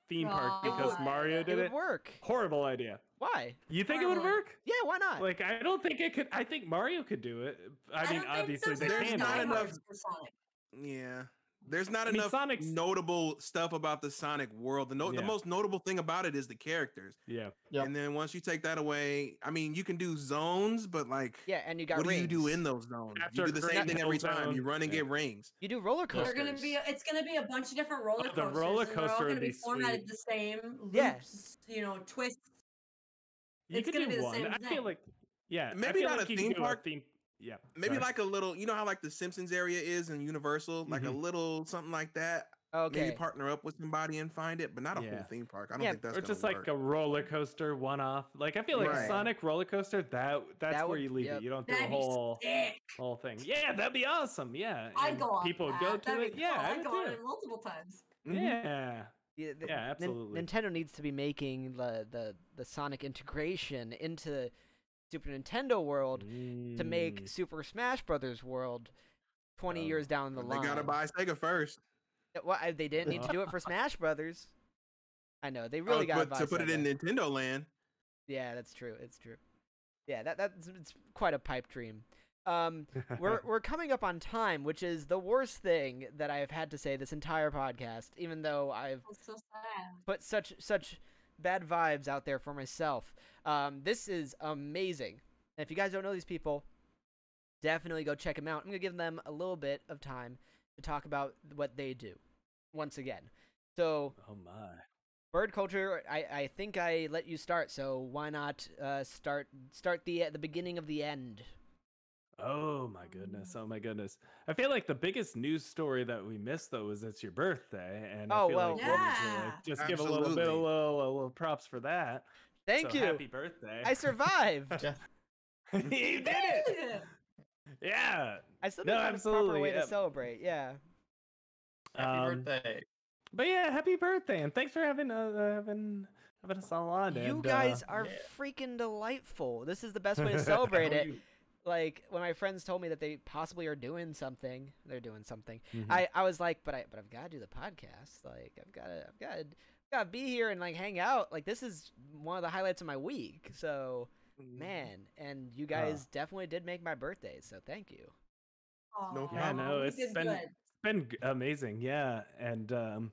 D: theme park because
F: God.
D: Mario
F: It
A: it
D: did
A: would
D: it.
A: work.
D: Horrible idea.
A: Why?
D: You think it would
F: Horrible.
D: work?
A: Yeah, why not?
D: Like I don't think it could. I think Mario could do it. I,
F: don't
D: mean,
F: think
D: obviously
F: there's enough
D: they
C: There's
D: can.
C: not
D: do it.
C: enough-
F: diehard for Sonic.
C: Yeah. There's not
D: I mean,
C: enough
D: Sonic's-
C: notable stuff about the Sonic world. The, no-
D: Yeah.
C: the most notable thing about it is the characters.
D: Yeah.
E: Yep.
C: And then once you take that away, I mean, you can do zones, but like,
A: yeah, and you got
C: what do you do
A: rings.
C: in those zones?
D: After
C: you do the
D: Grand
C: same thing every
D: Hill
C: time. You
D: Zone.
C: run and
D: Yeah.
C: get rings.
A: You do roller
F: They're
A: coasters.
F: gonna be. a- It's gonna be a bunch of different roller
D: the
F: coasters. and
D: roller
F: They're all
D: coaster would
F: gonna be
D: be
F: formatted
D: sweet.
F: the same. Loops,
A: Yeah.
F: You know, twists.
D: You
F: It's
D: could
F: gonna
D: do
F: be the
D: one.
F: same
D: I
F: thing.
D: feel like yeah. I
C: Maybe
D: feel
C: not
D: like
C: a
D: you could
C: theme
D: do
C: park.
D: Theme. Yeah.
C: Maybe
D: sorry.
C: like a little, you know how like the Simpsons area is in Universal, like a
D: Mhm.
C: little something like that.
A: Mm-hmm. Okay.
C: Maybe partner up with somebody and find it, but not a
D: Yeah.
C: whole theme park. I don't
A: Yeah,
C: think that's
D: or
C: gonna
D: just like
C: work.
D: a roller coaster one off. Like I feel like
C: Right.
D: Sonic roller coaster that that's
A: That
D: where
A: would-
D: you leave
A: yep.
D: it. You don't do a
F: That'd
D: whole
F: be sick.
D: whole thing. Yeah, that'd be awesome. Yeah.
F: I'd
D: and
F: eh, go on.
D: People would
F: that.
D: go to
F: That'd
D: it.
F: Be
D: Yeah,
F: cool.
D: I
F: I'd
D: would
F: go on
D: do
F: it multiple times.
D: it. Yeah.
A: Yeah, the-
D: Yeah,
A: Nin-
D: absolutely.
A: Nintendo needs to be making the, the, the Sonic integration into Super Nintendo World to make
D: Mm.
A: Super Smash Brothers World 20
D: Oh.
A: years down the
C: But
A: line.
C: They gotta buy Sega first.
A: Uh, Well, I- they didn't need to do
D: <laughs>
A: it for Smash Brothers. I know they
C: Oh,
A: really gotta
C: but
A: buy
C: to put it in
A: Sega.
C: Nintendo land.
A: Yeah, that's true. It's true. Yeah, that that's it's quite a pipe dream. Um, we're we're coming up on time, which is the worst thing that I have had to say this entire podcast. Even though I've
F: It's so sad.
A: put such such bad vibes out there for myself. Um, this is amazing. And if you guys don't know these people, definitely go check them out. I'm gonna give them a little bit of time to talk about what they do once again. So
D: <laughs> Oh my.
A: bird culture, I, I think I let you start. So why not uh, start start the at the beginning of the end?
D: Oh my goodness. Oh my goodness. I feel like the biggest news story that we missed though was it's your birthday. And I
A: Oh,
D: feel
A: well,
D: like we need to, like,
F: Yeah.
D: just give a little bit a
C: Absolutely.
D: little a little props for that.
A: Thank
D: So
A: you.
D: Happy birthday.
A: <laughs>
D: <laughs>
A: I survived.
D: you did it.
F: <laughs> Yeah.
D: Yeah.
A: I still
D: No,
A: think that's a proper
D: absolutely,
A: way
D: yeah.
A: to celebrate. Yeah.
E: Happy
D: Um,
E: birthday.
D: But yeah, happy birthday and thanks for having uh, uh, having having us all on.
A: You
D: and,
A: guys
D: uh,
A: are
E: yeah.
A: freaking delightful. This is the <laughs> best
D: <laughs>
A: way to celebrate
E: How
A: it.
E: you-
A: Like when my friends told me that they possibly are doing something, they're doing something.
D: mhm.
A: I, I was like, but I but I've got to do the podcast. Like I've got to I've got to got to be here and like hang out. Like this is one of the highlights of my week. So
D: Mm-hmm.
A: man, and you guys definitely did make my birthday. So thank you.
C: No
F: Aw,
D: yeah, no,
F: you
D: it's
F: Oh, did
D: been
F: good.
D: it's been g- amazing. Yeah, and um,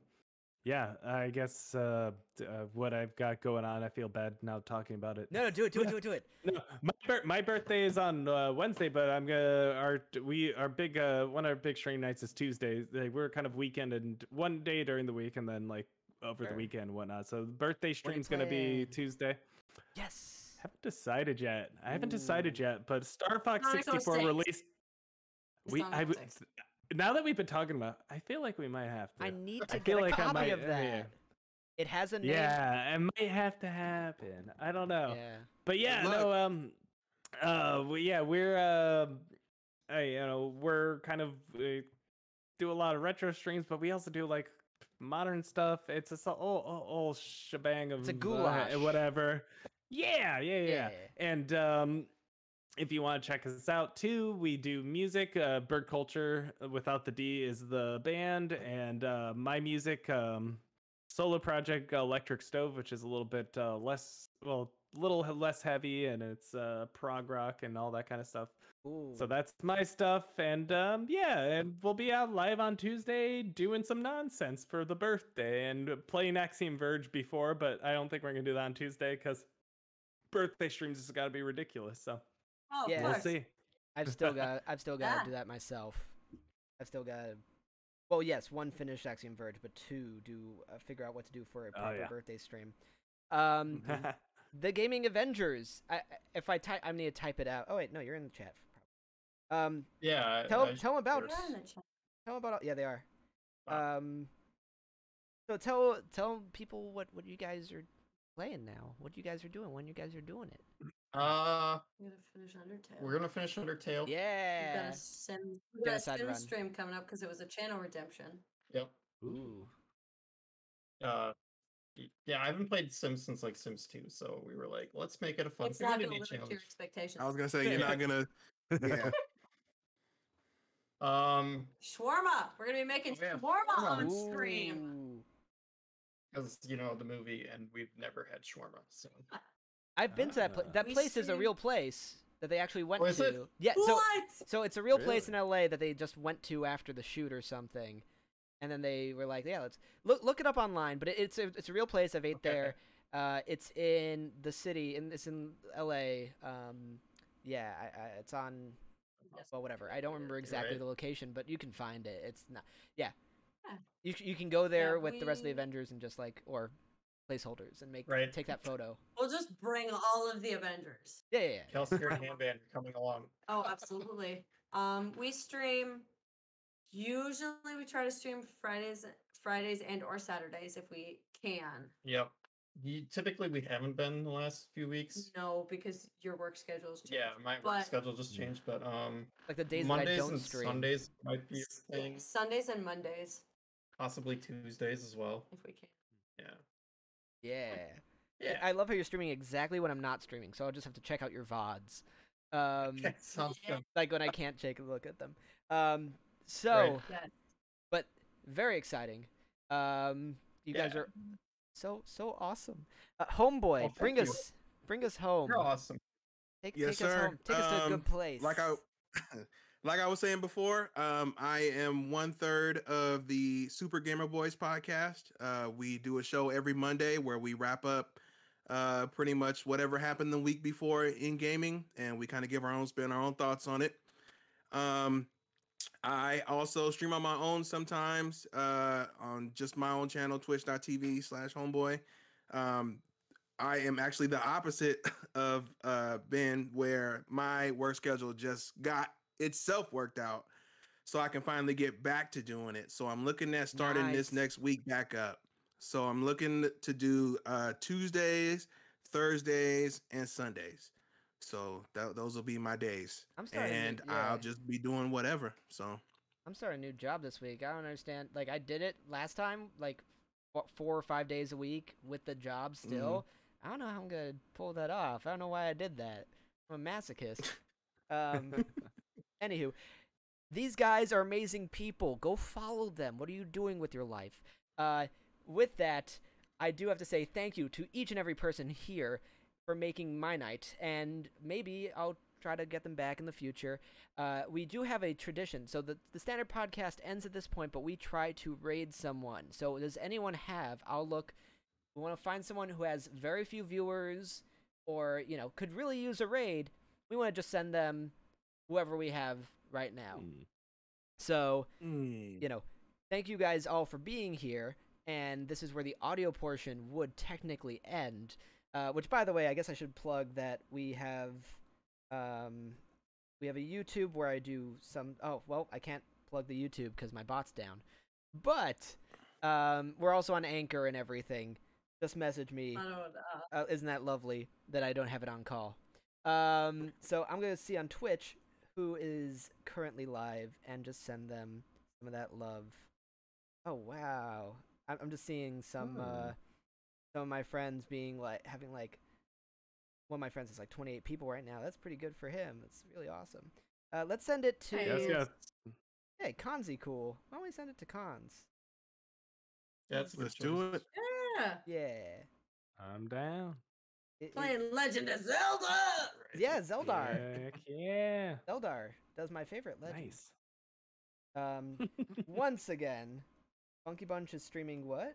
D: yeah, I guess uh, d- uh, what I've got going on, I feel bad now talking about it.
A: No, no, do it, do it, do it, do
D: <laughs>
A: it.
D: No, my, bir- my birthday is on uh, Wednesday, but I'm gonna our we our big uh, one of our big stream nights is Tuesday. Like, we're kind of weekend and one day during the week, and then like over the
A: Sure.
D: weekend and whatnot. So the birthday stream's gonna be
A: playing?
D: Tuesday.
A: Yes.
D: haven't decided yet. I haven't decided
A: Ooh.
D: yet, but Star Fox
F: Sonic
D: 64
F: 06.
D: released.
F: It's
D: We
F: Sonic
D: I would
F: 06.
D: now that we've been talking about, I feel like we might have to.
A: I need
D: I
A: to get
D: feel
A: a
D: like I
A: copy
D: might-
A: of
D: yeah.
A: that. It has a name.
D: yeah, it might have to happen. I don't know,
A: Yeah.
D: but yeah, no,
C: luck.
D: um, uh, we, yeah, we're uh, I, you know, we're kind of uh, do a lot of retro streams, but we also do like modern stuff. It's a whole, whole, whole shebang of
A: a
D: uh,
A: goulash.
D: whatever. Yeah, yeah, yeah. And um, if you want to check us out too, we do music. Uh, Bird Culture uh, without the D is the band, and uh, my music um, solo project uh, Electric Stove, which is a little bit uh, less well, little h- less heavy, and it's uh, prog rock and all that kind of stuff.
A: Ooh.
D: So that's my stuff, and um, yeah, and we'll be out live on Tuesday doing some nonsense for the birthday and playing Axiom Verge before, but I don't think we're gonna do that on Tuesday because birthday streams has got to be ridiculous. So
F: Oh,
A: Yeah.
F: of
A: We'll
D: we'll
F: course.
D: see.
A: I've still got I've still got
F: Yeah.
A: to do that myself. I've still got to Well, yes, one finish Axiom Verge, but two do uh, figure out what to do for a proper
D: yeah.
A: birthday stream. Um
D: <laughs>
A: The Gaming Avengers. I, I- if I type I'm going to type it out. Oh wait, no, you're in the chat. Um
E: Yeah. Uh, I-
A: tell
E: I-
A: tell 'em about
F: You're in the chat.
A: tell 'em about all- yeah, they are.
E: Wow.
A: Um So tell tell people what what you guys are playing now. What you guys are doing when you guys are doing it.
E: uh,
F: I'm gonna finish Undertale.
E: we're gonna finish Undertale.
F: We've
A: Yeah.
F: got a Sim, we've
A: got
F: got
A: a
F: a
A: side
F: Sim
A: run.
F: stream coming up because it was a channel redemption.
E: Yep.
A: Ooh.
E: Uh, y- yeah, I haven't played Sims since like Sims 2, so we were like, let's make it a fun
F: it's not gonna
E: community
F: live up to your
E: challenge.
F: expectations.
C: I was
A: <laughs>
C: gonna say you're not gonna. Yeah.
E: Um,
F: Shawarma. We're gonna be making
E: Oh, yeah,
F: shawarma
E: shawarma.
F: on stream.
A: Ooh.
E: because you know the movie, and we've never had shawarma,
A: <laughs>
E: so
A: I've been to that place.
D: Ah.
A: That
F: We
A: place is a
F: stream-
A: real place that they actually went
E: Oh, is
A: to.
E: it?
A: Yeah, so
F: what?
A: so it's a real place in LA that they just went to after the shoot or something, and then they were like, "Yeah, let's look look it up online." But it, it's a, it's a real place. I've ate
E: Okay.
A: there. Uh, it's in the city, and it's in LA. Um, yeah, I, I, it's on. Well, whatever. I don't remember exactly
E: right.
A: the location, but you can find it. It's not. Yeah,
F: Yeah.
A: you c- you can go there with the rest of the
F: we-
A: Avengers and just like or placeholders and make
E: Right.
A: take that photo.
F: We'll just bring all of the Avengers.
A: Yeah, yeah, yeah.
E: Kelsey and Handband are coming along.
F: Oh,
A: <laughs>
F: absolutely. um, we stream. Usually, we try to stream Fridays, Fridays and or Saturdays if we can.
E: Yep. You, typically, we haven't been the last few weeks.
F: No, because your work schedules. change.
E: Yeah, my work
F: But-
E: schedule just changed, but um,
A: Like the days that I
E: Mondays
A: don't
E: and
A: stream.
E: Sundays might be
F: S-
E: a thing.
F: Sundays and Mondays
E: Possibly Tuesdays as well.
F: if we can.
E: Yeah.
A: Yeah.
E: Yeah. <laughs>
A: I love how you're streaming exactly when I'm not streaming, so I'll just have to check out your VODs. Um
E: <laughs> Okay, sounds
F: Yeah.
E: good.
A: like when I can't take a look at them. Um so
F: Yes.
A: but very exciting. Um you guys
E: Yeah.
A: are so so awesome. Uh, homeboy,
E: Well,
A: bring
E: thank you. Oh,
A: us bring us home.
E: You're awesome.
A: Take,
C: Yes,
A: take us
C: sir.
A: home. Take us to a
C: Um,
A: good place.
C: like I, <laughs> like I was saying before, um, I am one third of the Super Gamer Boys podcast. Uh, we do a show every Monday where we wrap up uh, pretty much whatever happened the week before in gaming, and we kind of give our own spin, our own thoughts on it. Um, I also stream on my own sometimes uh, on just my own channel, twitch.tv slash homeboy. Um, I am actually the opposite of uh, Ben, where my work schedule just got itself worked out. So I can finally get back to doing it. So I'm looking at starting
A: Nice.
C: this next week back up. So I'm looking to do uh, Tuesdays, Thursdays, and Sundays. So tho- those will be my days
A: I'm starting to-
C: and
A: yeah.
C: I'll just be doing whatever. So
A: I'm starting a new job this week. I don't understand. Like I did it last time, like what, four or five days a week with the job still. I don't know how I'm gonna pull that off. I don't know why I did that. I'm a masochist. um, anywho, these guys are amazing people. Go follow them. What are you doing with your life? Uh, with that, I do have to say thank you to each and every person here for making my night, and maybe I'll try to get them back in the future. Uh, we do have a tradition. So the, the standard podcast ends at this point, but we try to raid someone. So does anyone have? I'll look. We want to find someone who has very few viewers or, you know, could really use a raid. We want to just send them whoever we have right now. So, you know, thank you guys all for being here. And this is where the audio portion would technically end. Uh, which, by the way, I guess I should plug that we have, um, we have a YouTube where I do some. Oh, well, I can't plug the YouTube because my bot's down. But um, we're also on Anchor and everything. Just message me.
F: I don't know.
A: Uh, isn't that lovely that I don't have it on call? Um, so I'm gonna see on Twitch who is currently live and just send them some of that love. Oh wow, I'm, I'm just seeing some
D: Hmm.
A: uh, some of my friends being like having like one of my friends is like 28 people right now. That's pretty good for him. That's really awesome. Uh, let's send it to
D: Yes,
F: Hey.
D: yes.
A: hey Konzi cool. Why don't we send it to Cons?
E: That's a good
C: let's do
E: choice.
C: it.
F: Yeah.
A: Yeah.
D: I'm down.
A: It- it-
F: Playing Legend of Zelda.
A: yeah, Zeldar.
D: Heck yeah.
A: Zeldar. That was my favorite legend.
D: Nice.
A: Um, once again, Funky Bunch is streaming what?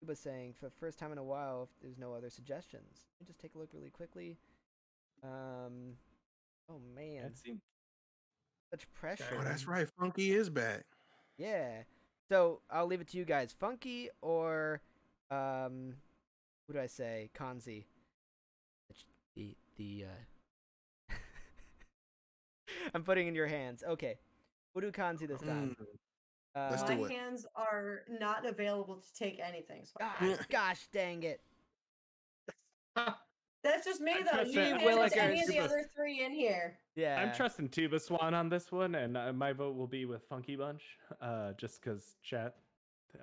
A: Cuba saying for the first time in a while, if there's no other suggestions. Let me just take a look really quickly. Um, oh man,
D: That seemed
A: such pressure.
C: Oh, that's right. Funky is back.
A: Yeah. So I'll leave it to you guys. Funky or um, what do I say? Kanzi. Which- The the uh. <laughs> I'm putting in your hands. Okay. We'll do Kanzi this time. Uh,
C: Mm. Let's
B: My
C: do it.
B: hands are not available to take anything. So
A: God, gosh dang it.
B: that's just me
D: I'm
B: though.
D: trusting-
B: You
A: I'm
B: can't put
A: trusting
B: any of the
D: Super.
B: other three in here.
A: Yeah.
D: I'm trusting Tuba Swan on this one, and uh, my vote will be with Funky Bunch, uh, just because chat.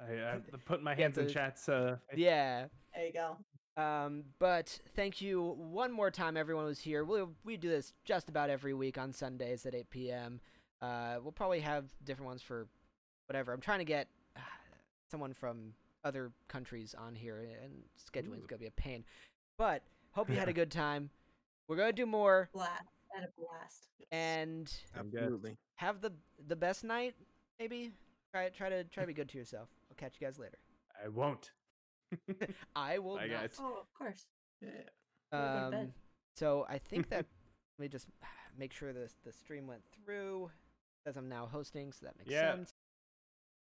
D: I, I put my
A: Yeah,
D: hands in
A: the-
D: chat's. Uh, face.
A: Yeah.
B: There you go.
A: Um, but thank you one more time, everyone who's here. We we do this just about every week on Sundays at 8 p.m. Uh, we'll probably have different ones for whatever. I'm trying to get uh, someone from other countries on here, and scheduling's
D: Ooh.
A: gonna be a pain. But hope you
D: <laughs>
A: had a good time. We're gonna do more
B: Blast. Had a blast.
A: and
D: I'm good.
C: Absolutely.
A: have the the best night. Maybe try try to try to be good to yourself. I'll catch you guys later.
D: I won't.
A: I will.
D: Bye,
A: not.
D: guys.
B: Oh, of course.
E: Yeah.
B: Wanna go to bed.
A: Um, so I think
B: <laughs>
A: that let me just make sure this the stream went through as I'm now hosting, so that makes
D: Yeah.
A: sense.